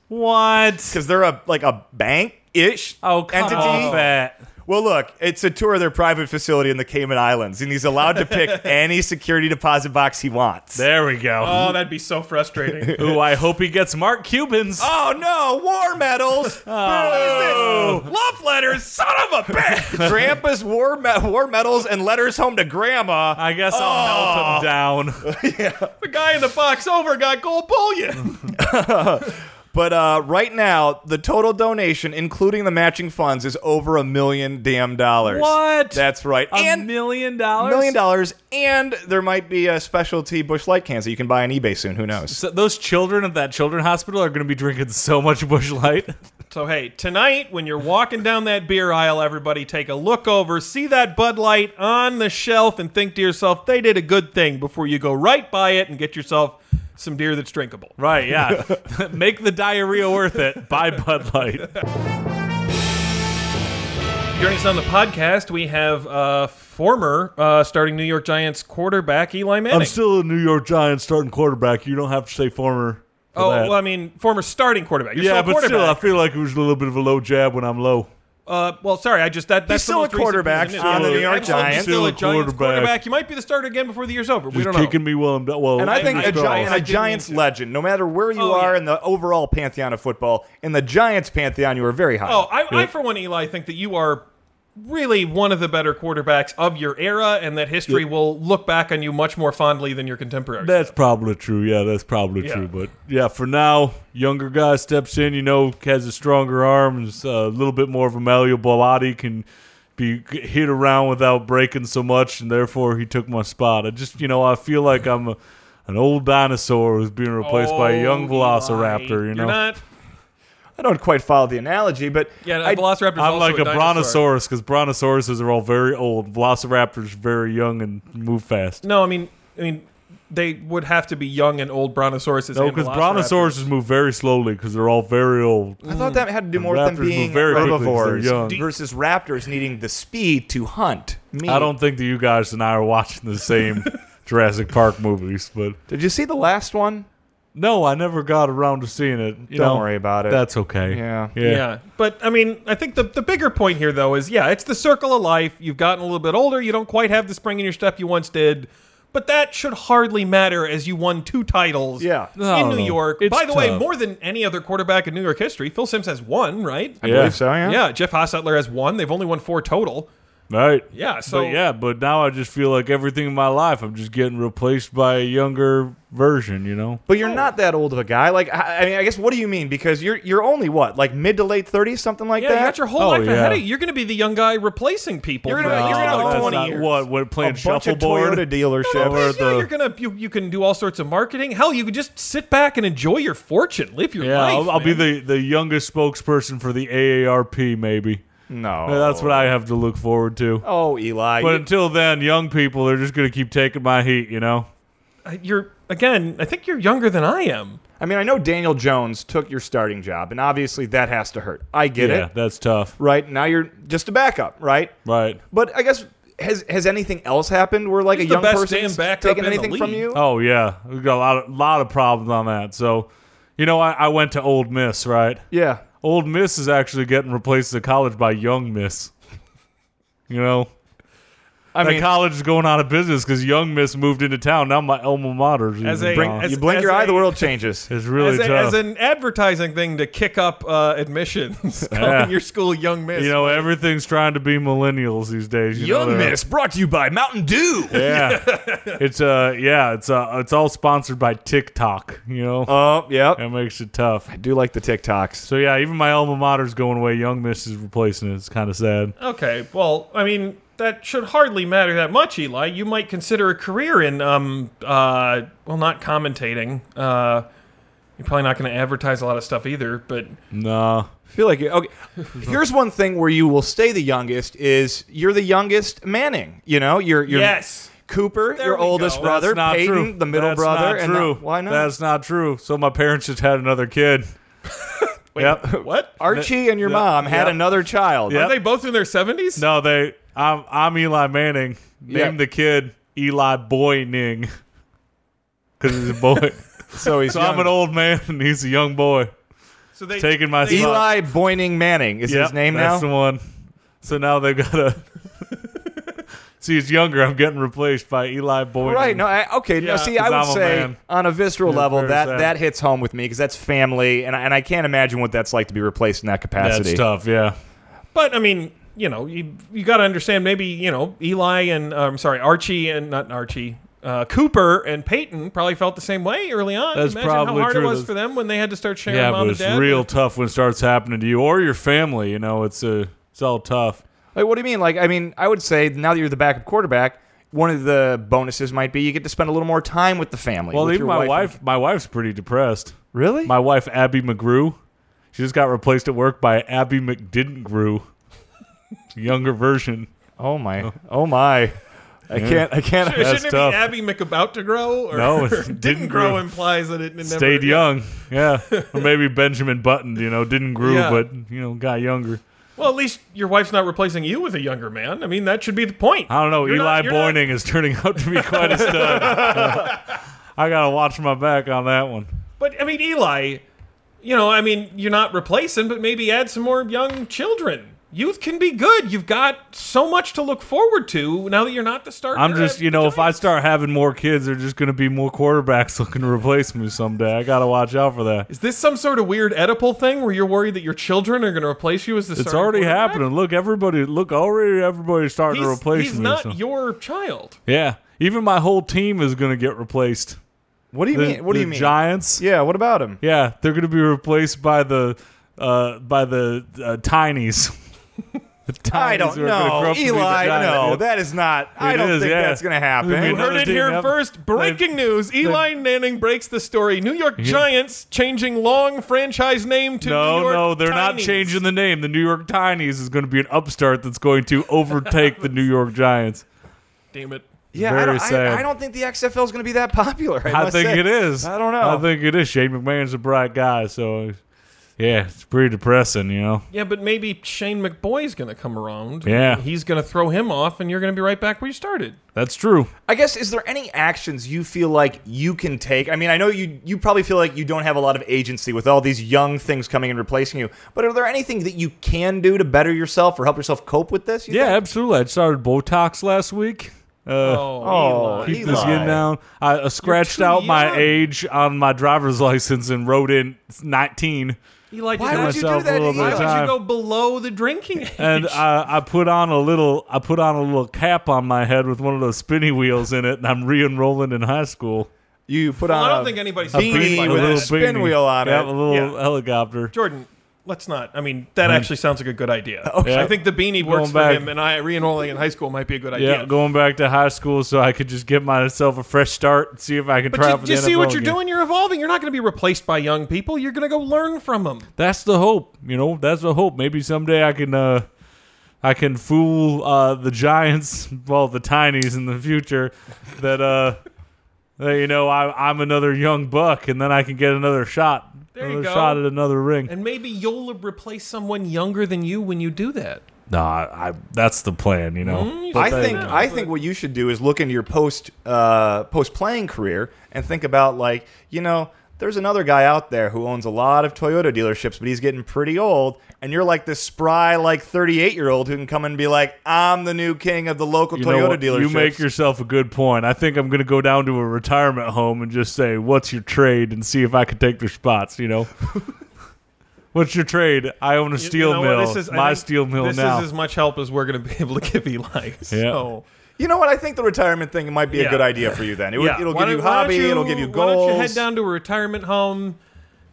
Speaker 3: What?
Speaker 2: Because they're a like a bank ish
Speaker 3: Oh, come
Speaker 2: entity.
Speaker 3: off it.
Speaker 2: Well, look, it's a tour of their private facility in the Cayman Islands, and he's allowed to pick any security deposit box he wants.
Speaker 3: There we go.
Speaker 1: Oh, that'd be so frustrating.
Speaker 3: Ooh, I hope he gets Mark Cuban's.
Speaker 2: Oh no, war medals! What is this? Love letters, son of a bitch! Oh. Grandpa's war me- war medals and letters home to grandma.
Speaker 3: I guess I'll melt him down.
Speaker 1: the guy in the box over got gold bullion.
Speaker 2: But uh, right now, the total donation, including the matching funds, is over a million damn dollars.
Speaker 3: What?
Speaker 2: That's right.
Speaker 3: a
Speaker 2: and
Speaker 3: million dollars?
Speaker 2: million dollars, and there might be a specialty Bush Light cans that you can buy on eBay soon. Who knows?
Speaker 3: So those children at that children's hospital are going to be drinking so much Bush Light.
Speaker 1: So hey, tonight when you're walking down that beer aisle, everybody take a look over, see that Bud Light on the shelf, and think to yourself, they did a good thing before you go right by it and get yourself some beer that's drinkable.
Speaker 3: Right, yeah. Make the diarrhea worth it. Buy Bud Light.
Speaker 1: Joining us on the podcast, we have uh, former uh, starting New York Giants quarterback Eli Manning.
Speaker 4: I'm still a New York Giants starting quarterback. You don't have to say former. for
Speaker 1: oh,
Speaker 4: that.
Speaker 1: well, I mean, former starting quarterback. You're
Speaker 4: yeah,
Speaker 1: still a
Speaker 4: but still, I
Speaker 1: quarterback.
Speaker 4: feel like it was a little bit of a low jab when I'm low.
Speaker 1: Uh, well, sorry, I just that that's the
Speaker 2: still a
Speaker 1: most recent
Speaker 2: quarterback
Speaker 1: news.
Speaker 2: on the
Speaker 1: Absolutely,
Speaker 2: New York
Speaker 1: absolutely
Speaker 2: Giants.
Speaker 1: Still a
Speaker 4: Still a
Speaker 1: Giants
Speaker 4: quarterback.
Speaker 1: quarterback. You might be the starter again before the year's over. we
Speaker 4: Just
Speaker 1: don't know.
Speaker 4: kicking me while I'm down. Well,
Speaker 2: And I think a,
Speaker 4: fingers
Speaker 2: Gi-
Speaker 4: crossed.
Speaker 2: and a
Speaker 1: I didn't
Speaker 2: Giants
Speaker 1: mean
Speaker 2: legend, no matter where you
Speaker 1: Oh,
Speaker 2: are
Speaker 1: yeah.
Speaker 2: in the overall pantheon of football, in the Giants pantheon, you are very high.
Speaker 1: Oh, I, I for one, Eli, think that you are really one of the better quarterbacks of your era, and that history will look back on you much more fondly than your contemporaries.
Speaker 3: That's probably true. Yeah, that's probably
Speaker 1: Yeah.
Speaker 3: true. But yeah, for now, younger guy steps in. You know, has a stronger arm, is a little bit more of a malleable body, can be hit around without breaking so much, and therefore he took my spot. I just, you know, I feel like I'm a, an old dinosaur who's being replaced by a young
Speaker 1: Oh,
Speaker 3: Velociraptor. You
Speaker 1: You're
Speaker 3: know,
Speaker 1: not.
Speaker 2: I don't quite follow the analogy, but
Speaker 1: Yeah,
Speaker 2: I-
Speaker 1: a Velociraptor's
Speaker 3: I'm
Speaker 1: also
Speaker 3: like a,
Speaker 1: dinosaur.
Speaker 3: brontosaurus because brontosauruses are all very old. Velociraptors very young and move fast.
Speaker 1: No, I mean, I mean, they would have to be young and old brontosauruses.
Speaker 3: No,
Speaker 1: and
Speaker 3: because
Speaker 1: velociraptors.
Speaker 3: brontosauruses move very slowly because they're all very old.
Speaker 2: I thought that had to do more with
Speaker 3: Raptors
Speaker 2: them
Speaker 3: move
Speaker 2: being
Speaker 3: very quickly 'cause they're young.
Speaker 2: herbivores versus raptors needing the speed to hunt. meat.
Speaker 3: I don't think that you guys and I are watching the same Jurassic Park movies, but
Speaker 2: Did you see the last one?
Speaker 3: no, I never got around to seeing it. You
Speaker 2: Don't
Speaker 3: know,
Speaker 2: worry about it.
Speaker 3: That's okay.
Speaker 2: Yeah.
Speaker 3: yeah.
Speaker 1: Yeah. But I mean, I think the, the bigger point here though is yeah, it's the circle of life. You've gotten a little bit older, you don't quite have the spring in your step you once did. But that should hardly matter as you won two titles
Speaker 2: Yeah.
Speaker 3: No,
Speaker 1: in
Speaker 3: no,
Speaker 1: New
Speaker 3: no.
Speaker 1: York.
Speaker 3: It's
Speaker 1: By the way,
Speaker 3: tough.
Speaker 1: more than any other quarterback in New York history, Phil Simms has one, right?
Speaker 2: I
Speaker 3: Yeah.
Speaker 2: believe so. Yeah.
Speaker 1: Yeah, Jeff Hostetler has one. They've only won four total.
Speaker 3: Right.
Speaker 1: Yeah, so
Speaker 3: but yeah, but now I just feel like everything in my life, I'm just getting replaced by a younger version. You know,
Speaker 2: But you're not that old of a guy. Like, I, I mean, I guess what do you mean? Because you're you're only what, like mid to late thirties, something like
Speaker 1: yeah,
Speaker 2: that.
Speaker 1: you got your whole
Speaker 3: Oh,
Speaker 1: life ahead
Speaker 3: yeah.
Speaker 1: of you. You're going to be the young guy replacing people.
Speaker 2: You're
Speaker 1: for
Speaker 2: gonna-
Speaker 1: the
Speaker 2: you're
Speaker 1: next
Speaker 2: gonna
Speaker 1: like
Speaker 2: like
Speaker 3: that's
Speaker 1: 20
Speaker 3: not
Speaker 1: years.
Speaker 3: what what
Speaker 2: a
Speaker 3: playing
Speaker 2: bunch of Toyota
Speaker 3: shuffleboard.
Speaker 2: dealerships.
Speaker 3: Or
Speaker 1: Yeah,
Speaker 3: the-
Speaker 1: you're gonna you, you can do all sorts of marketing. Hell, you could just sit back and enjoy your fortune, live your
Speaker 3: Yeah,
Speaker 1: life.
Speaker 3: I'll, I'll be
Speaker 1: man.
Speaker 3: the the youngest spokesperson for the AARP. Maybe
Speaker 2: No,
Speaker 3: that's what I have to look forward to.
Speaker 2: Oh, Eli.
Speaker 3: But
Speaker 2: you-
Speaker 3: until then, young people are just gonna keep taking my heat. You know.
Speaker 1: Uh, You're again. I think you're younger than I am.
Speaker 2: I mean, I know Daniel Jones took your starting job, and obviously that has to hurt. I get
Speaker 3: yeah,
Speaker 2: it.
Speaker 3: that's tough.
Speaker 2: Right now, you're just a backup, right?
Speaker 3: Right.
Speaker 2: But I guess has has anything else happened where like
Speaker 1: He's
Speaker 2: a
Speaker 1: the
Speaker 2: young
Speaker 1: best
Speaker 2: person's
Speaker 1: damn backup
Speaker 2: taking
Speaker 1: in the
Speaker 2: anything from
Speaker 1: league.
Speaker 2: you?
Speaker 3: Oh yeah, we got a lot of lot of problems on that. So, you know, I, I went to Old Miss, right?
Speaker 2: Yeah.
Speaker 3: Old Miss is actually getting replaced at college by Young Miss. You know,
Speaker 2: I
Speaker 3: that
Speaker 2: mean,
Speaker 3: college is going out of business because Young Miss moved into town. Now my alma mater is
Speaker 1: As
Speaker 3: even
Speaker 1: a-
Speaker 3: gone.
Speaker 1: as-
Speaker 2: oh, you blink
Speaker 1: as
Speaker 2: your eye,
Speaker 1: a-
Speaker 2: the world changes.
Speaker 3: it's really
Speaker 1: as, a,
Speaker 3: tough.
Speaker 1: as an advertising thing to kick up uh, admissions, calling
Speaker 3: Yeah.
Speaker 1: your school young miss.
Speaker 3: you know, everything's trying to be millennials these days. You know, they're-
Speaker 2: brought to you by Mountain Dew.
Speaker 3: Yeah, it's uh, yeah, it's uh, it's all sponsored by TikTok. You know,
Speaker 2: Oh, yep.
Speaker 3: that makes it tough.
Speaker 2: I do like the TikToks.
Speaker 3: So yeah, even my alma mater's going away. Young Miss is replacing it. It's kind of sad.
Speaker 1: okay. Well, I mean, that should hardly matter that much, Eli. You might consider a career in um uh well, not commentating. Uh, you're probably not going to advertise a lot of stuff either, but
Speaker 3: Nah.
Speaker 2: I feel like you okay. Here's one thing where you will stay the youngest is you're the youngest Manning. You know, you're, you're
Speaker 1: yes.
Speaker 2: Cooper,
Speaker 1: There
Speaker 2: your
Speaker 1: we
Speaker 2: oldest
Speaker 1: go.
Speaker 2: brother,
Speaker 3: That's not
Speaker 2: Peyton,
Speaker 3: true.
Speaker 2: the middle
Speaker 3: That's
Speaker 2: brother,
Speaker 3: Not
Speaker 2: and
Speaker 3: true.
Speaker 2: the- why not?
Speaker 3: That's not true. So my parents just had another kid. yep.
Speaker 1: What?
Speaker 2: Archie and your mom had
Speaker 3: yep.
Speaker 2: another child.
Speaker 1: Are
Speaker 3: Yep.
Speaker 1: they both in their seventies?
Speaker 3: No, they. I'm I'm Eli Manning.
Speaker 2: Yeah.
Speaker 3: Named the kid Eli Boyning because he's a boy.
Speaker 2: So he's
Speaker 3: so I'm
Speaker 2: young.
Speaker 3: an old man and he's a young boy.
Speaker 1: So they
Speaker 3: Taking my spot.
Speaker 2: Eli Boyning Manning is
Speaker 3: Yep,
Speaker 2: his name
Speaker 3: that's
Speaker 2: now.
Speaker 3: the one. So now they've got a. See, he's younger. I'm getting replaced by Eli Boyning.
Speaker 2: Right. No. I, okay. no.
Speaker 1: Yeah,
Speaker 2: See, I
Speaker 3: 'cause
Speaker 2: would
Speaker 3: I'm a
Speaker 2: say
Speaker 3: man.
Speaker 2: on a visceral level
Speaker 3: very
Speaker 2: that
Speaker 3: sad.
Speaker 2: that hits home with me because that's family, and I, and I can't imagine what that's like to be replaced in that capacity.
Speaker 3: That's tough. Yeah.
Speaker 1: But I mean, you know, you, you got to understand. Maybe you know Eli and uh, I'm sorry, Archie and not Archie, uh, Cooper and Peyton probably felt the same way early on.
Speaker 3: That's
Speaker 1: Imagine
Speaker 3: probably
Speaker 1: how hard
Speaker 3: true.
Speaker 1: it was
Speaker 3: That's-
Speaker 1: for them when they had to start sharing
Speaker 3: Yeah,
Speaker 1: mom
Speaker 3: but
Speaker 1: and
Speaker 3: it's
Speaker 1: dad.
Speaker 3: real tough when it starts happening to you or your family. You know, it's a it's all tough.
Speaker 2: Like, what do you mean? Like, I mean, I would say now that you're the backup quarterback, one of the bonuses might be you get to spend a little more time with the family.
Speaker 3: Well,
Speaker 2: with
Speaker 3: even
Speaker 2: your
Speaker 3: my
Speaker 2: and-
Speaker 3: wife, my wife's pretty depressed.
Speaker 2: really?
Speaker 3: My wife Abby McGrew, she just got replaced at work by Abby McDidn't Grew, younger version.
Speaker 2: oh my! Oh my! I can't! I can't.
Speaker 1: Shouldn't
Speaker 3: That's
Speaker 1: it
Speaker 3: tough.
Speaker 1: be Abby McAbout to grow? Or
Speaker 3: No, it
Speaker 1: didn't,
Speaker 3: didn't
Speaker 1: grow
Speaker 3: grow.
Speaker 1: implies that it never
Speaker 3: Stayed young, yeah, or maybe Benjamin Button. You know, didn't grew,
Speaker 1: Yeah.
Speaker 3: but you know, got younger.
Speaker 1: Well, at least your wife's not replacing you with a younger man. I mean, that should be the point.
Speaker 3: I don't know.
Speaker 1: You're
Speaker 3: Eli
Speaker 1: not- you're not-
Speaker 3: Boyning is turning out to be quite a stud. I gotta watch my back on that one.
Speaker 1: But I mean, Eli, you know, I mean, you're not replacing, but maybe add some more young children. youth can be good. You've got so much to look forward to now that you're not the starter.
Speaker 3: I'm just,
Speaker 1: at
Speaker 3: you
Speaker 1: the
Speaker 3: know, if I
Speaker 1: Giants.
Speaker 3: start having more kids, there's just going to be more quarterbacks looking to replace me someday. I got to watch out for that.
Speaker 1: Is this some sort of weird Oedipal thing where you're worried that your children are going to replace you as the
Speaker 3: It's already happening. Look, everybody, look, already everybody's starting
Speaker 1: He's,
Speaker 3: to replace
Speaker 1: he's
Speaker 3: me.
Speaker 1: not
Speaker 3: so-
Speaker 1: your child.
Speaker 3: yeah. Even my whole team is going to get replaced.
Speaker 2: What do you
Speaker 3: The,
Speaker 2: mean? What do
Speaker 3: the
Speaker 2: you mean?
Speaker 3: Giants.
Speaker 2: Yeah, what about him?
Speaker 3: Yeah, they're going to be replaced by the uh, by the uh, tinies. the tinies
Speaker 2: I don't
Speaker 3: who are gonna grow
Speaker 2: know,
Speaker 3: up to be the
Speaker 2: Eli.
Speaker 3: Giants.
Speaker 2: No, that is not. I
Speaker 3: It
Speaker 2: don't
Speaker 3: is,
Speaker 2: think
Speaker 3: yeah.
Speaker 2: that's going to happen.
Speaker 3: I mean,
Speaker 1: You heard
Speaker 3: Another
Speaker 1: it
Speaker 3: team
Speaker 1: here
Speaker 3: ever-
Speaker 1: first. Breaking news: Eli Manning breaks the story. New York Giants changing long franchise name to
Speaker 3: No,
Speaker 1: New York
Speaker 3: no, they're not
Speaker 1: Tinies.
Speaker 3: changing the name. The New York Tinies is going to be an upstart that's going to overtake the New York Giants.
Speaker 1: Damn it!
Speaker 2: yeah, I
Speaker 3: very
Speaker 2: don't, I,
Speaker 3: sad.
Speaker 2: I don't think the XFL is going to be that popular. I,
Speaker 3: I
Speaker 2: must
Speaker 3: think
Speaker 2: say.
Speaker 3: it is.
Speaker 2: I don't know.
Speaker 3: I think it is. Shane McMahon's a bright guy, so yeah, it's pretty depressing, you know.
Speaker 1: Yeah, but maybe Shane McBoy's going to come around.
Speaker 3: Yeah.
Speaker 1: he's going to throw him off, and you're going to be right back where you started.
Speaker 3: That's true.
Speaker 2: I guess is there any actions you feel like you can take? I mean, I know you you probably feel like you don't have a lot of agency with all these young things coming and replacing you, but are there anything that you can do to better yourself or help yourself cope with this? you
Speaker 3: Yeah,
Speaker 2: think?
Speaker 3: absolutely. I started Botox last week. Uh,
Speaker 1: Oh,
Speaker 2: Oh,
Speaker 1: Eli.
Speaker 3: keep this
Speaker 2: Eli.
Speaker 3: yin down. I uh, scratched
Speaker 1: too
Speaker 3: out my
Speaker 1: young.
Speaker 3: age on my driver's license and wrote in 19.
Speaker 1: Eli,
Speaker 2: Why
Speaker 1: did
Speaker 2: would
Speaker 1: not-
Speaker 2: you
Speaker 3: myself
Speaker 2: do
Speaker 3: a
Speaker 2: that?
Speaker 3: little bit
Speaker 1: Why
Speaker 3: of
Speaker 2: Eli?
Speaker 1: would you
Speaker 3: time.
Speaker 1: go below the drinking age?
Speaker 3: and I, I put on a little I put on a little cap on my head with one of those spinny wheels in it, and I'm re-enrolling in high school.
Speaker 2: You put
Speaker 1: Well,
Speaker 2: on.
Speaker 1: I don't
Speaker 2: a
Speaker 1: think anybody's surprised by
Speaker 2: beanie
Speaker 1: that.
Speaker 2: with
Speaker 1: A
Speaker 2: a
Speaker 1: little
Speaker 2: spin wheel on
Speaker 3: yeah,
Speaker 2: it.
Speaker 3: a little
Speaker 1: Yeah.
Speaker 3: helicopter.
Speaker 1: Jordan, let's not. I mean, that actually sounds like a good idea. I think the beanie works
Speaker 3: Mm. back.
Speaker 1: for him, and I re-enrolling in high school might be a good
Speaker 3: Yeah,
Speaker 1: idea.
Speaker 3: going back to high school so I could just give myself a fresh start and see if I can
Speaker 1: But
Speaker 3: try
Speaker 1: you,
Speaker 3: out for
Speaker 1: you
Speaker 3: the
Speaker 1: see
Speaker 3: NFL
Speaker 1: what you're
Speaker 3: again.
Speaker 1: doing? You're evolving. You're not going to be replaced by young people. You're going to go learn from them.
Speaker 3: That's the hope, you know. That's the hope. Maybe someday I can uh I can fool uh the Giants, well the Tinies in the future that uh that, you know I I'm another young buck and then I can get another shot.
Speaker 1: There you
Speaker 3: another
Speaker 1: go.
Speaker 3: shot at another ring.
Speaker 1: And maybe you'll replace someone younger than you when you do that.
Speaker 3: No, I, I that's the plan, you know.
Speaker 1: Mm-hmm.
Speaker 2: I think I think what you should do is look into your post uh, post playing career and think about like you know there's another guy out there who owns a lot of Toyota dealerships, but he's getting pretty old, and you're like this spry like 38 year old who can come and be like, I'm the new king of the local
Speaker 3: You know
Speaker 2: Toyota
Speaker 3: what?
Speaker 2: dealership.
Speaker 3: You make yourself a good point. I think I'm going to go down to a retirement home and just say, "What's your trade?" and see if I can take their spots. You know, what's your trade? I own a steel
Speaker 1: You know what?
Speaker 3: mill.
Speaker 1: This is, I
Speaker 3: My
Speaker 1: think
Speaker 3: steel mill
Speaker 1: This
Speaker 3: now.
Speaker 1: is as much help as we're going to be able to give Eli. So.
Speaker 2: You know what? I think the retirement thing might be a
Speaker 1: Yeah.
Speaker 2: good idea for you. Then it would,
Speaker 3: Yeah.
Speaker 2: it'll
Speaker 1: Why
Speaker 2: give you
Speaker 1: don't- why don't
Speaker 2: hobby, it'll give you goals.
Speaker 1: Why don't you head down to a retirement home,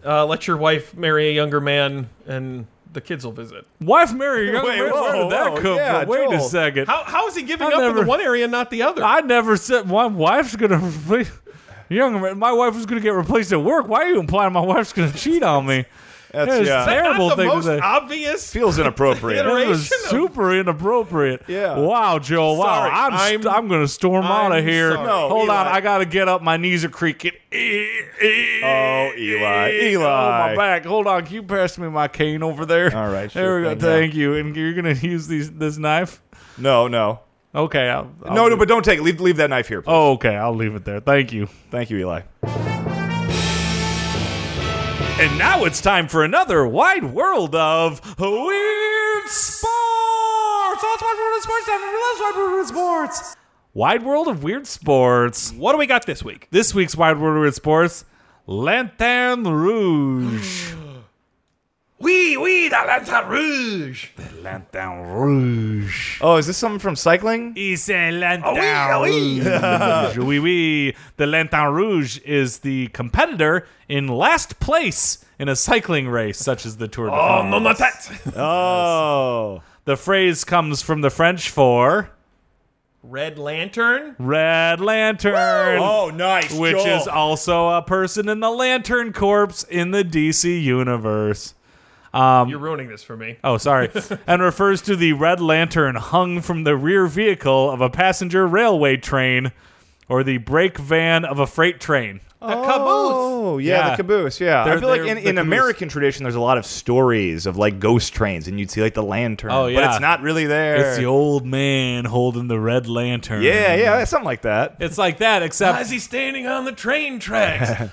Speaker 1: uh, let your wife marry a younger man, and the kids will visit.
Speaker 3: Wife Mary, young man,
Speaker 2: Wait,
Speaker 3: where
Speaker 2: whoa,
Speaker 3: did that
Speaker 2: whoa,
Speaker 3: come
Speaker 2: yeah,
Speaker 3: from? Wait a
Speaker 2: Joel.
Speaker 3: second.
Speaker 1: How, how is he giving
Speaker 3: I
Speaker 1: up in
Speaker 3: never-
Speaker 1: the one area and not the other?
Speaker 3: I never said my wife's going to. Young man, my wife was going to get replaced at work. Why are you implying my wife's going to cheat on me?
Speaker 2: That's-
Speaker 3: it's
Speaker 2: yeah.
Speaker 1: Is that
Speaker 3: terrible
Speaker 1: not the
Speaker 3: thing
Speaker 1: most
Speaker 3: to say.
Speaker 1: obvious.
Speaker 2: Feels inappropriate.
Speaker 1: Iteration
Speaker 3: That was
Speaker 1: of-
Speaker 3: super inappropriate.
Speaker 2: Yeah.
Speaker 3: Wow, Joel. Wow.
Speaker 1: Sorry,
Speaker 3: I'm
Speaker 1: I'm-
Speaker 3: st- I'm, gonna storm
Speaker 1: I'm
Speaker 3: out of here.
Speaker 1: sorry.
Speaker 2: No,
Speaker 3: Hold on.
Speaker 2: Eli.
Speaker 3: I gotta get up. My knees are creaking.
Speaker 2: Oh,
Speaker 3: Oh,
Speaker 2: Eli.
Speaker 3: Oh, my
Speaker 2: Eli.
Speaker 3: back. Hold on. Can you pass me my cane over there?
Speaker 2: All right,
Speaker 3: There
Speaker 2: sure
Speaker 3: we go.
Speaker 2: thing,
Speaker 3: Thank you. And you're gonna use these this knife.
Speaker 2: no, no,
Speaker 3: Okay. I'll, I'll
Speaker 2: no, no.
Speaker 3: leave-
Speaker 2: But don't take it. Leave, leave that knife here. Please.
Speaker 3: Oh, okay. I'll leave it there. Thank you.
Speaker 2: Thank you, Eli.
Speaker 3: And now it's time for another wide world of weird sports. That's wide world of sports. Time for Real wide world of sports. Wide world of weird sports.
Speaker 1: What do we got this week?
Speaker 3: This week's wide world of weird sports: Lantern Rouge.
Speaker 1: We we the Lantern Rouge.
Speaker 3: Lantern Rouge.
Speaker 2: Oh, is this something from cycling?
Speaker 3: It's a
Speaker 1: Ah
Speaker 3: Lantern Rouge. Oui, oui. The Lantern Rouge is the competitor in last place in a cycling race, such as the Tour de France.
Speaker 1: Oh, no, not that.
Speaker 2: Oh,
Speaker 3: The phrase comes from the French for
Speaker 1: Red Lantern.
Speaker 3: Red Lantern,
Speaker 2: oh, nice.
Speaker 3: which
Speaker 2: Joel.
Speaker 3: is also a person in the Lantern Corps in the DC universe.
Speaker 2: Um,
Speaker 1: You're ruining this for me.
Speaker 3: Oh, sorry. and refers to the Red Lantern hung from the rear vehicle of a passenger railway train or the brake van of a freight train.
Speaker 1: The caboose.
Speaker 2: Oh yeah,
Speaker 3: Yeah.
Speaker 2: the caboose. Yeah,
Speaker 3: They're-
Speaker 2: I feel like
Speaker 3: they're
Speaker 2: in,
Speaker 3: the
Speaker 2: in
Speaker 3: caboose.
Speaker 2: American tradition, there's a lot of stories of like ghost trains, and you'd see like the lantern.
Speaker 3: Oh,
Speaker 2: but
Speaker 3: yeah.
Speaker 2: it's not really there.
Speaker 3: It's the old man holding the Red Lantern.
Speaker 2: yeah, yeah, something like that.
Speaker 3: It's like that,
Speaker 1: Why
Speaker 3: except
Speaker 1: is he standing on the train tracks?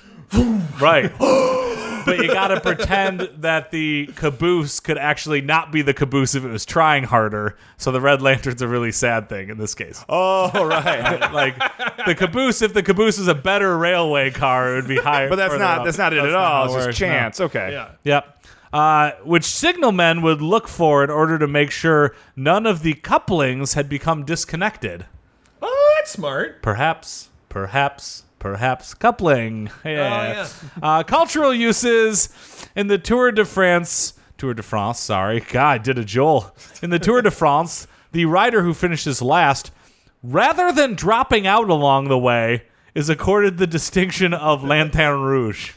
Speaker 3: right. but you got to pretend that the caboose could actually not be the caboose if it was trying harder. So the red lantern's a really sad thing in this case.
Speaker 2: Oh, right.
Speaker 3: Like the caboose, if the caboose is a better railway car, it would be higher.
Speaker 2: But that's
Speaker 3: further
Speaker 2: not
Speaker 3: up.
Speaker 2: that's not it at
Speaker 3: not how
Speaker 2: all.
Speaker 3: it
Speaker 2: It's just
Speaker 3: works, no.
Speaker 2: chance. Okay.
Speaker 1: Yeah.
Speaker 3: Yep. Uh, which signalmen would look for in order to make sure none of the couplings had become disconnected.
Speaker 1: Oh, that's smart.
Speaker 3: Perhaps, perhaps, perhaps coupling. Yeah.
Speaker 1: Oh, yeah.
Speaker 3: uh, cultural uses in the Tour de France. Tour de France, sorry. God, I did a Joel. In the Tour de France, the rider who finishes last, rather than dropping out along the way, is accorded the distinction of Lanterne Rouge.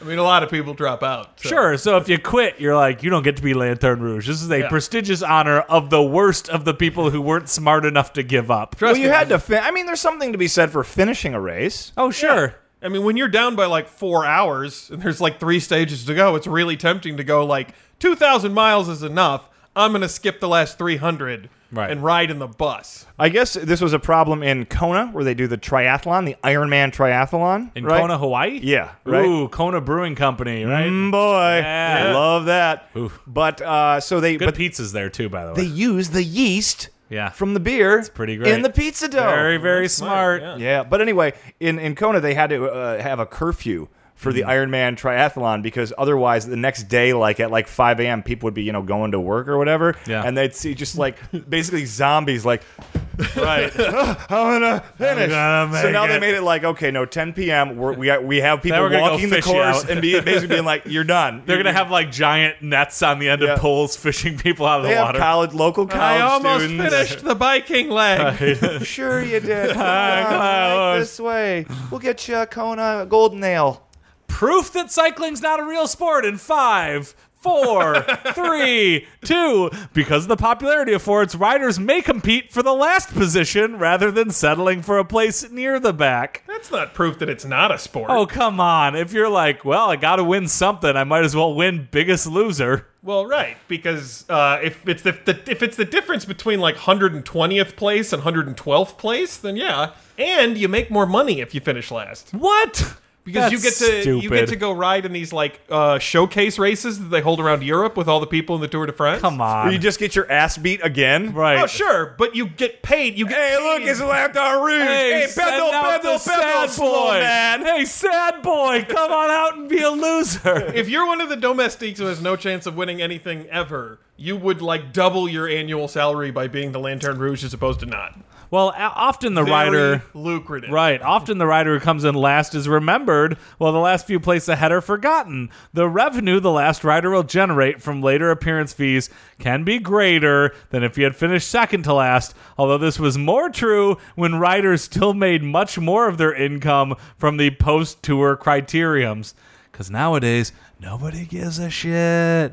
Speaker 1: I mean, a lot of people drop out. so-
Speaker 3: Sure. So if you quit, you're like, you don't get to be Lanterne Rouge. This is a
Speaker 1: Yeah.
Speaker 3: prestigious honor of the worst of the people who weren't smart enough to give up.
Speaker 1: Trust
Speaker 2: Well, you
Speaker 1: me.
Speaker 2: had to. Fin- I mean, there's something to be said for finishing a race.
Speaker 3: Oh, sure.
Speaker 1: I mean, when you're down by like four hours and there's like three stages to go, it's really tempting to go like 2,000 miles is enough. I'm going to skip the last 300
Speaker 3: Right.
Speaker 1: and ride in the bus.
Speaker 2: I guess this was a problem in Kona where they do the triathlon, the Ironman triathlon
Speaker 3: In
Speaker 2: right?
Speaker 3: Kona, Hawaii?
Speaker 2: Yeah, right.
Speaker 3: Ooh, Kona Brewing Company, right?
Speaker 2: Mm, boy,
Speaker 3: Yeah.
Speaker 2: I love that. But uh, so they
Speaker 3: Good
Speaker 2: but
Speaker 3: pizzas there, too, by the way.
Speaker 2: they use the yeast
Speaker 3: Yeah.
Speaker 2: from the beer
Speaker 3: pretty great.
Speaker 2: in the pizza dough.
Speaker 3: very, very smart.
Speaker 1: smart,
Speaker 2: Yeah, but anyway, in, in Kona they had to uh, have a curfew for
Speaker 3: Mm-hmm.
Speaker 2: the Ironman triathlon because otherwise the next day, like at like 5 a.m., people would be you know going to work or whatever,
Speaker 3: Yeah.
Speaker 2: and they'd see just like basically zombies like
Speaker 3: Right.
Speaker 2: I'm gonna finish.
Speaker 3: gonna make
Speaker 2: so now they
Speaker 3: it.
Speaker 2: made it like okay, no, 10 p.m. We're, we we have people
Speaker 3: we're gonna go
Speaker 2: walking the
Speaker 3: fish you
Speaker 2: course
Speaker 3: out.
Speaker 2: and be, basically being like, you're done.
Speaker 3: They're going to have like giant nets on the end
Speaker 2: Yeah.
Speaker 3: of poles fishing people out of
Speaker 2: They
Speaker 3: the
Speaker 2: have
Speaker 3: water.
Speaker 2: college local
Speaker 1: I
Speaker 2: college
Speaker 1: almost
Speaker 2: students.
Speaker 1: finished the biking leg.
Speaker 2: Sure you did. Come on,
Speaker 3: Close.
Speaker 2: right this way. We'll get you a Kona a golden nail.
Speaker 3: Proof that cycling's not a real sport in five. Four, three, two. Because of the popularity of Ford's, riders may compete for the last position rather than settling for a place near the back.
Speaker 1: That's not proof that it's not a sport.
Speaker 3: Oh, come on. If you're like, well, I got to win something, I might as well win biggest loser.
Speaker 1: Well, right, because uh, if it's the, the if it's the difference between like 120th place and 112th place, then yeah, and you make more money if you finish last
Speaker 3: What?
Speaker 1: because you get
Speaker 3: That's
Speaker 1: to you get
Speaker 3: stupid.
Speaker 1: to go ride in these like uh, showcase races that they hold around Europe with all the people in the Tour de France.
Speaker 3: Come on.
Speaker 2: Or you just get your ass beat again.
Speaker 3: right.
Speaker 1: Oh, sure, but you get paid. You get
Speaker 2: Hey,
Speaker 1: paid.
Speaker 2: look, it's Laptop Rouge. Hey,
Speaker 3: send
Speaker 2: pedal,
Speaker 3: out
Speaker 2: pedal,
Speaker 3: the
Speaker 2: pedal,
Speaker 3: sad
Speaker 2: slow
Speaker 3: boy.
Speaker 2: man.
Speaker 3: Hey, sad boy, come on out and be a loser.
Speaker 1: if you're one of the domestiques who has no chance of winning anything ever, you would like double your annual salary by being the Lantern Rouge as opposed to not.
Speaker 3: well, o- often the rider.
Speaker 1: Very lucrative.
Speaker 3: Right. Often the rider who comes in last is remembered, while the last few places ahead are forgotten. The revenue the last rider will generate from later appearance fees can be greater than if he had finished second to last, although this was more true when riders still made much more of their income from the post tour criteriums. Because nowadays, nobody gives a shit.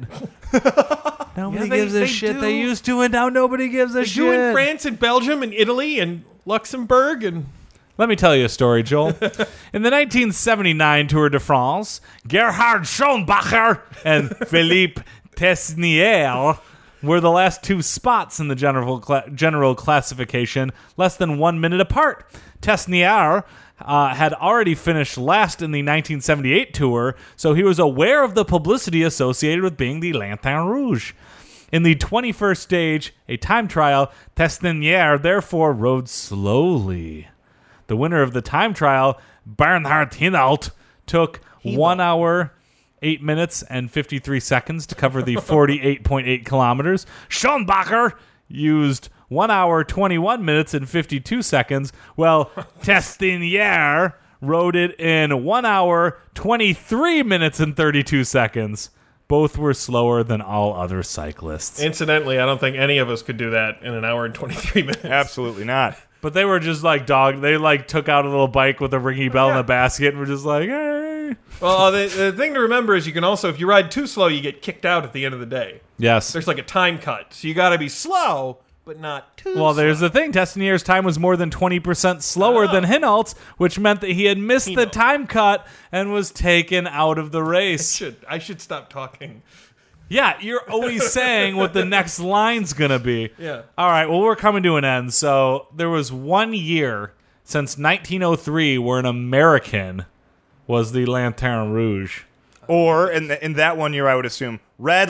Speaker 3: nobody
Speaker 1: they-
Speaker 3: gives a
Speaker 1: they
Speaker 3: shit.
Speaker 1: do.
Speaker 3: They used to, and now nobody gives a
Speaker 1: They
Speaker 3: shit.
Speaker 1: do in France and Belgium and Italy and Luxembourg and
Speaker 3: Let me tell you a story, Joel. In the 1979 Tour de France, Gerhard Schoenbacher and Philippe Tesniel were the last two spots in the general cla- general classification, less than one minute apart. Tesnier uh, had already finished last in the 1978 tour, so he was aware of the publicity associated with being the Lanterne Rouge. In the 21st stage, a time trial, Tesnier therefore rode slowly. The winner of the time trial, Bernhard Hinault, took one hour, eight minutes, and 53 seconds to cover the 48.8 kilometers. Schoenbacher used one hour, 21 minutes, and 52 seconds. Well, Testinier rode it in one hour, 23 minutes, and 32 seconds. Both were slower than all other cyclists.
Speaker 1: Incidentally, I don't think any of us could do that in an hour and 23 minutes.
Speaker 2: Absolutely not.
Speaker 3: But they were just like dog. They like took out a little bike with a ringy bell in a basket and were just like, hey.
Speaker 1: Well, the, the thing to remember is you can also, if you ride too slow, you get kicked out at the end of the day.
Speaker 3: Yes.
Speaker 1: There's like a time cut. So you got to be slow, but not too
Speaker 3: well, there's the thing. Testinier's time was more than 20% slower
Speaker 1: Oh.
Speaker 3: than Hinault's, which meant that he had missed the
Speaker 1: Hinault.
Speaker 3: time cut and was taken out of the
Speaker 1: slow.
Speaker 3: race.
Speaker 1: Should, I should stop talking.
Speaker 3: Yeah, you're always saying what the next line's going to be.
Speaker 1: Yeah.
Speaker 3: All right, well, we're coming to an end. So there was one year oh since 1903 where an American was the Lanterne Rouge.
Speaker 2: Or in the, in that one year, I would assume Red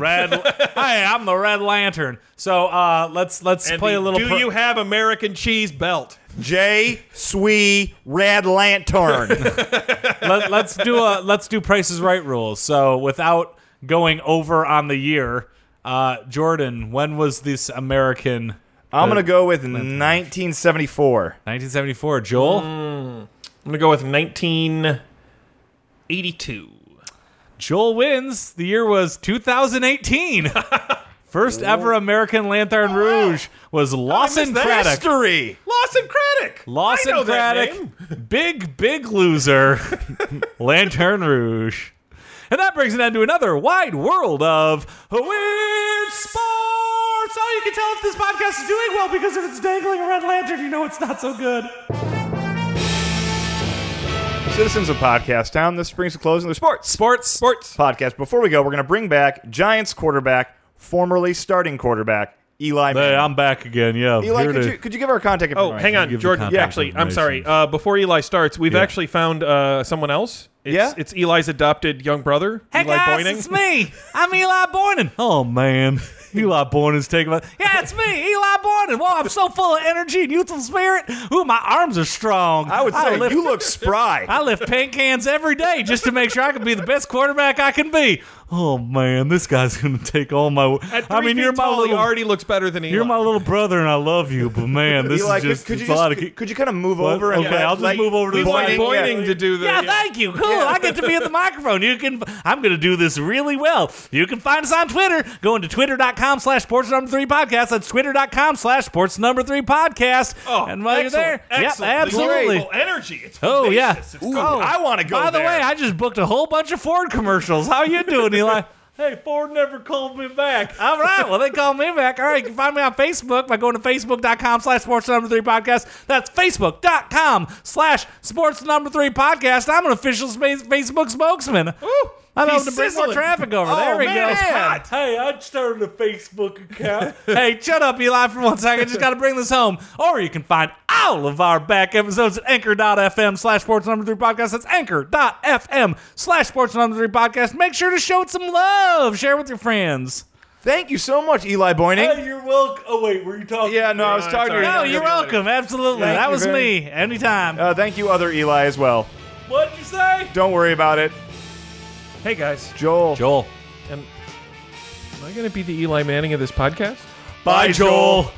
Speaker 3: Red. hey, I'm the Red Lantern. So uh, let's let's
Speaker 1: And
Speaker 3: play
Speaker 1: the
Speaker 3: a little.
Speaker 1: Do
Speaker 3: pro-
Speaker 1: you have American cheese belt?
Speaker 2: J. Swee Red Lantern.
Speaker 3: Let, let's do a let's do Prices Right rules. So without going over on the year, uh, Jordan, when was this American?
Speaker 2: I'm gonna go with 1974.
Speaker 3: 1974. Joel.
Speaker 1: I'm gonna go with 1982.
Speaker 3: Joel wins. The year was 2018. First ever American Lantern Rouge was Lawson
Speaker 1: that.
Speaker 3: Craddock.
Speaker 2: History.
Speaker 1: Lawson Craddock. I know
Speaker 3: Lawson
Speaker 1: that
Speaker 3: Craddock, big, big loser, Lantern Rouge. And that brings an end to another wide world of weird sports. Now you can tell if this podcast is doing well because if it's dangling a red lantern, you know it's not so good.
Speaker 2: Citizens of Podcast Town. This brings a close to the sports
Speaker 3: Sports.
Speaker 1: Sports.
Speaker 2: podcast. Before we go, we're gonna bring back Giants quarterback, formerly starting quarterback Eli.
Speaker 4: Hey,
Speaker 2: Manning.
Speaker 4: I'm back again. Yeah,
Speaker 2: Eli,
Speaker 4: here
Speaker 2: could
Speaker 4: to-
Speaker 2: you, could you give our contact
Speaker 1: Oh,
Speaker 2: information?
Speaker 1: hang on,
Speaker 4: give the
Speaker 1: Jordan.
Speaker 4: contact
Speaker 1: Yeah, actually, I'm sorry. Uh, before Eli starts, we've actually found uh, someone else. It's,
Speaker 2: Yeah?
Speaker 1: it's Eli's adopted young brother,
Speaker 3: Hey
Speaker 1: Eli
Speaker 3: guys,
Speaker 1: Boyning.
Speaker 3: it's me. I'm Eli Boyning.
Speaker 4: Oh man, Eli Boynton's taking my.
Speaker 3: Yeah, it's me, Eli Boyning. Whoa, I'm so full of energy and youthful spirit. Ooh, my arms are strong.
Speaker 2: I would say
Speaker 3: lift
Speaker 2: you look spry.
Speaker 3: I lift paint cans every day just to make sure I can be the best quarterback I can be.
Speaker 4: Oh man, this guy's gonna take all my.
Speaker 1: At
Speaker 4: I
Speaker 1: three
Speaker 4: mean,
Speaker 1: feet
Speaker 4: you're my
Speaker 1: tall, he
Speaker 4: little,
Speaker 1: already looks better than Eli.
Speaker 4: you're my little brother, and I love you, but man, this
Speaker 2: Eli,
Speaker 4: is just
Speaker 2: could, could you
Speaker 4: it's a lot of.
Speaker 2: just, could you kind of move
Speaker 4: What?
Speaker 2: over? And
Speaker 4: Okay,
Speaker 2: let-
Speaker 4: I'll just
Speaker 2: let-
Speaker 4: move over to
Speaker 1: We
Speaker 4: the
Speaker 1: want
Speaker 4: side.
Speaker 1: Boyning to do the
Speaker 3: Yeah, thank you. Cool. I get to be at the microphone. You can. I'm going to do this really well. You can find us on Twitter. Go into twitter.com slash sports number three podcast. That's twitter.com slash sports number three podcast.
Speaker 1: Oh,
Speaker 3: and while
Speaker 1: excellent,
Speaker 3: you're there, yep,
Speaker 1: excellent.
Speaker 3: absolutely.
Speaker 1: Well, energy. It's
Speaker 3: Oh, yeah.
Speaker 1: vivacious. It's
Speaker 2: Ooh,
Speaker 1: good.
Speaker 2: I want to go.
Speaker 3: By the
Speaker 2: there.
Speaker 3: way, I just booked a whole bunch of Ford commercials. How you doing, Eli?
Speaker 4: hey, Ford never called me back.
Speaker 3: All right. Well, they call me back. All right. You can find me on Facebook by going to facebook.com slash sports number three podcast. That's facebook.com slash sports number three podcast. I'm an official spa- Facebook spokesman.
Speaker 1: Ooh,
Speaker 3: I'm
Speaker 1: he's
Speaker 3: hoping to bring more
Speaker 1: sizzling.
Speaker 3: traffic over. there we
Speaker 2: man,
Speaker 3: go.
Speaker 2: it's hot.
Speaker 4: Hey, I started a Facebook account.
Speaker 3: hey, shut up, Eli, for one second. Just got to bring this home. Or you can find all of our back episodes at anchor.fm slash sports number three podcast. That's anchor.fm slash sports number three podcast. Make sure to show it some love. Share with your friends.
Speaker 2: Thank you so much, Eli Boyning.
Speaker 4: hey, you're welcome. Oh wait, were you talking?
Speaker 2: yeah, no, I was
Speaker 1: no,
Speaker 2: talking to
Speaker 1: sorry.
Speaker 2: you.
Speaker 3: No, you're welcome. Absolutely.
Speaker 2: Thank
Speaker 3: that
Speaker 2: you
Speaker 3: was
Speaker 2: very-
Speaker 3: me. Anytime.
Speaker 2: Uh, thank you, other Eli, as well.
Speaker 4: What'd you say?
Speaker 2: Don't worry about it,
Speaker 1: Hey guys,
Speaker 2: Joel.
Speaker 4: Joel.
Speaker 1: am, am I going to be the Eli Manning of this podcast?
Speaker 4: Bye, Joel.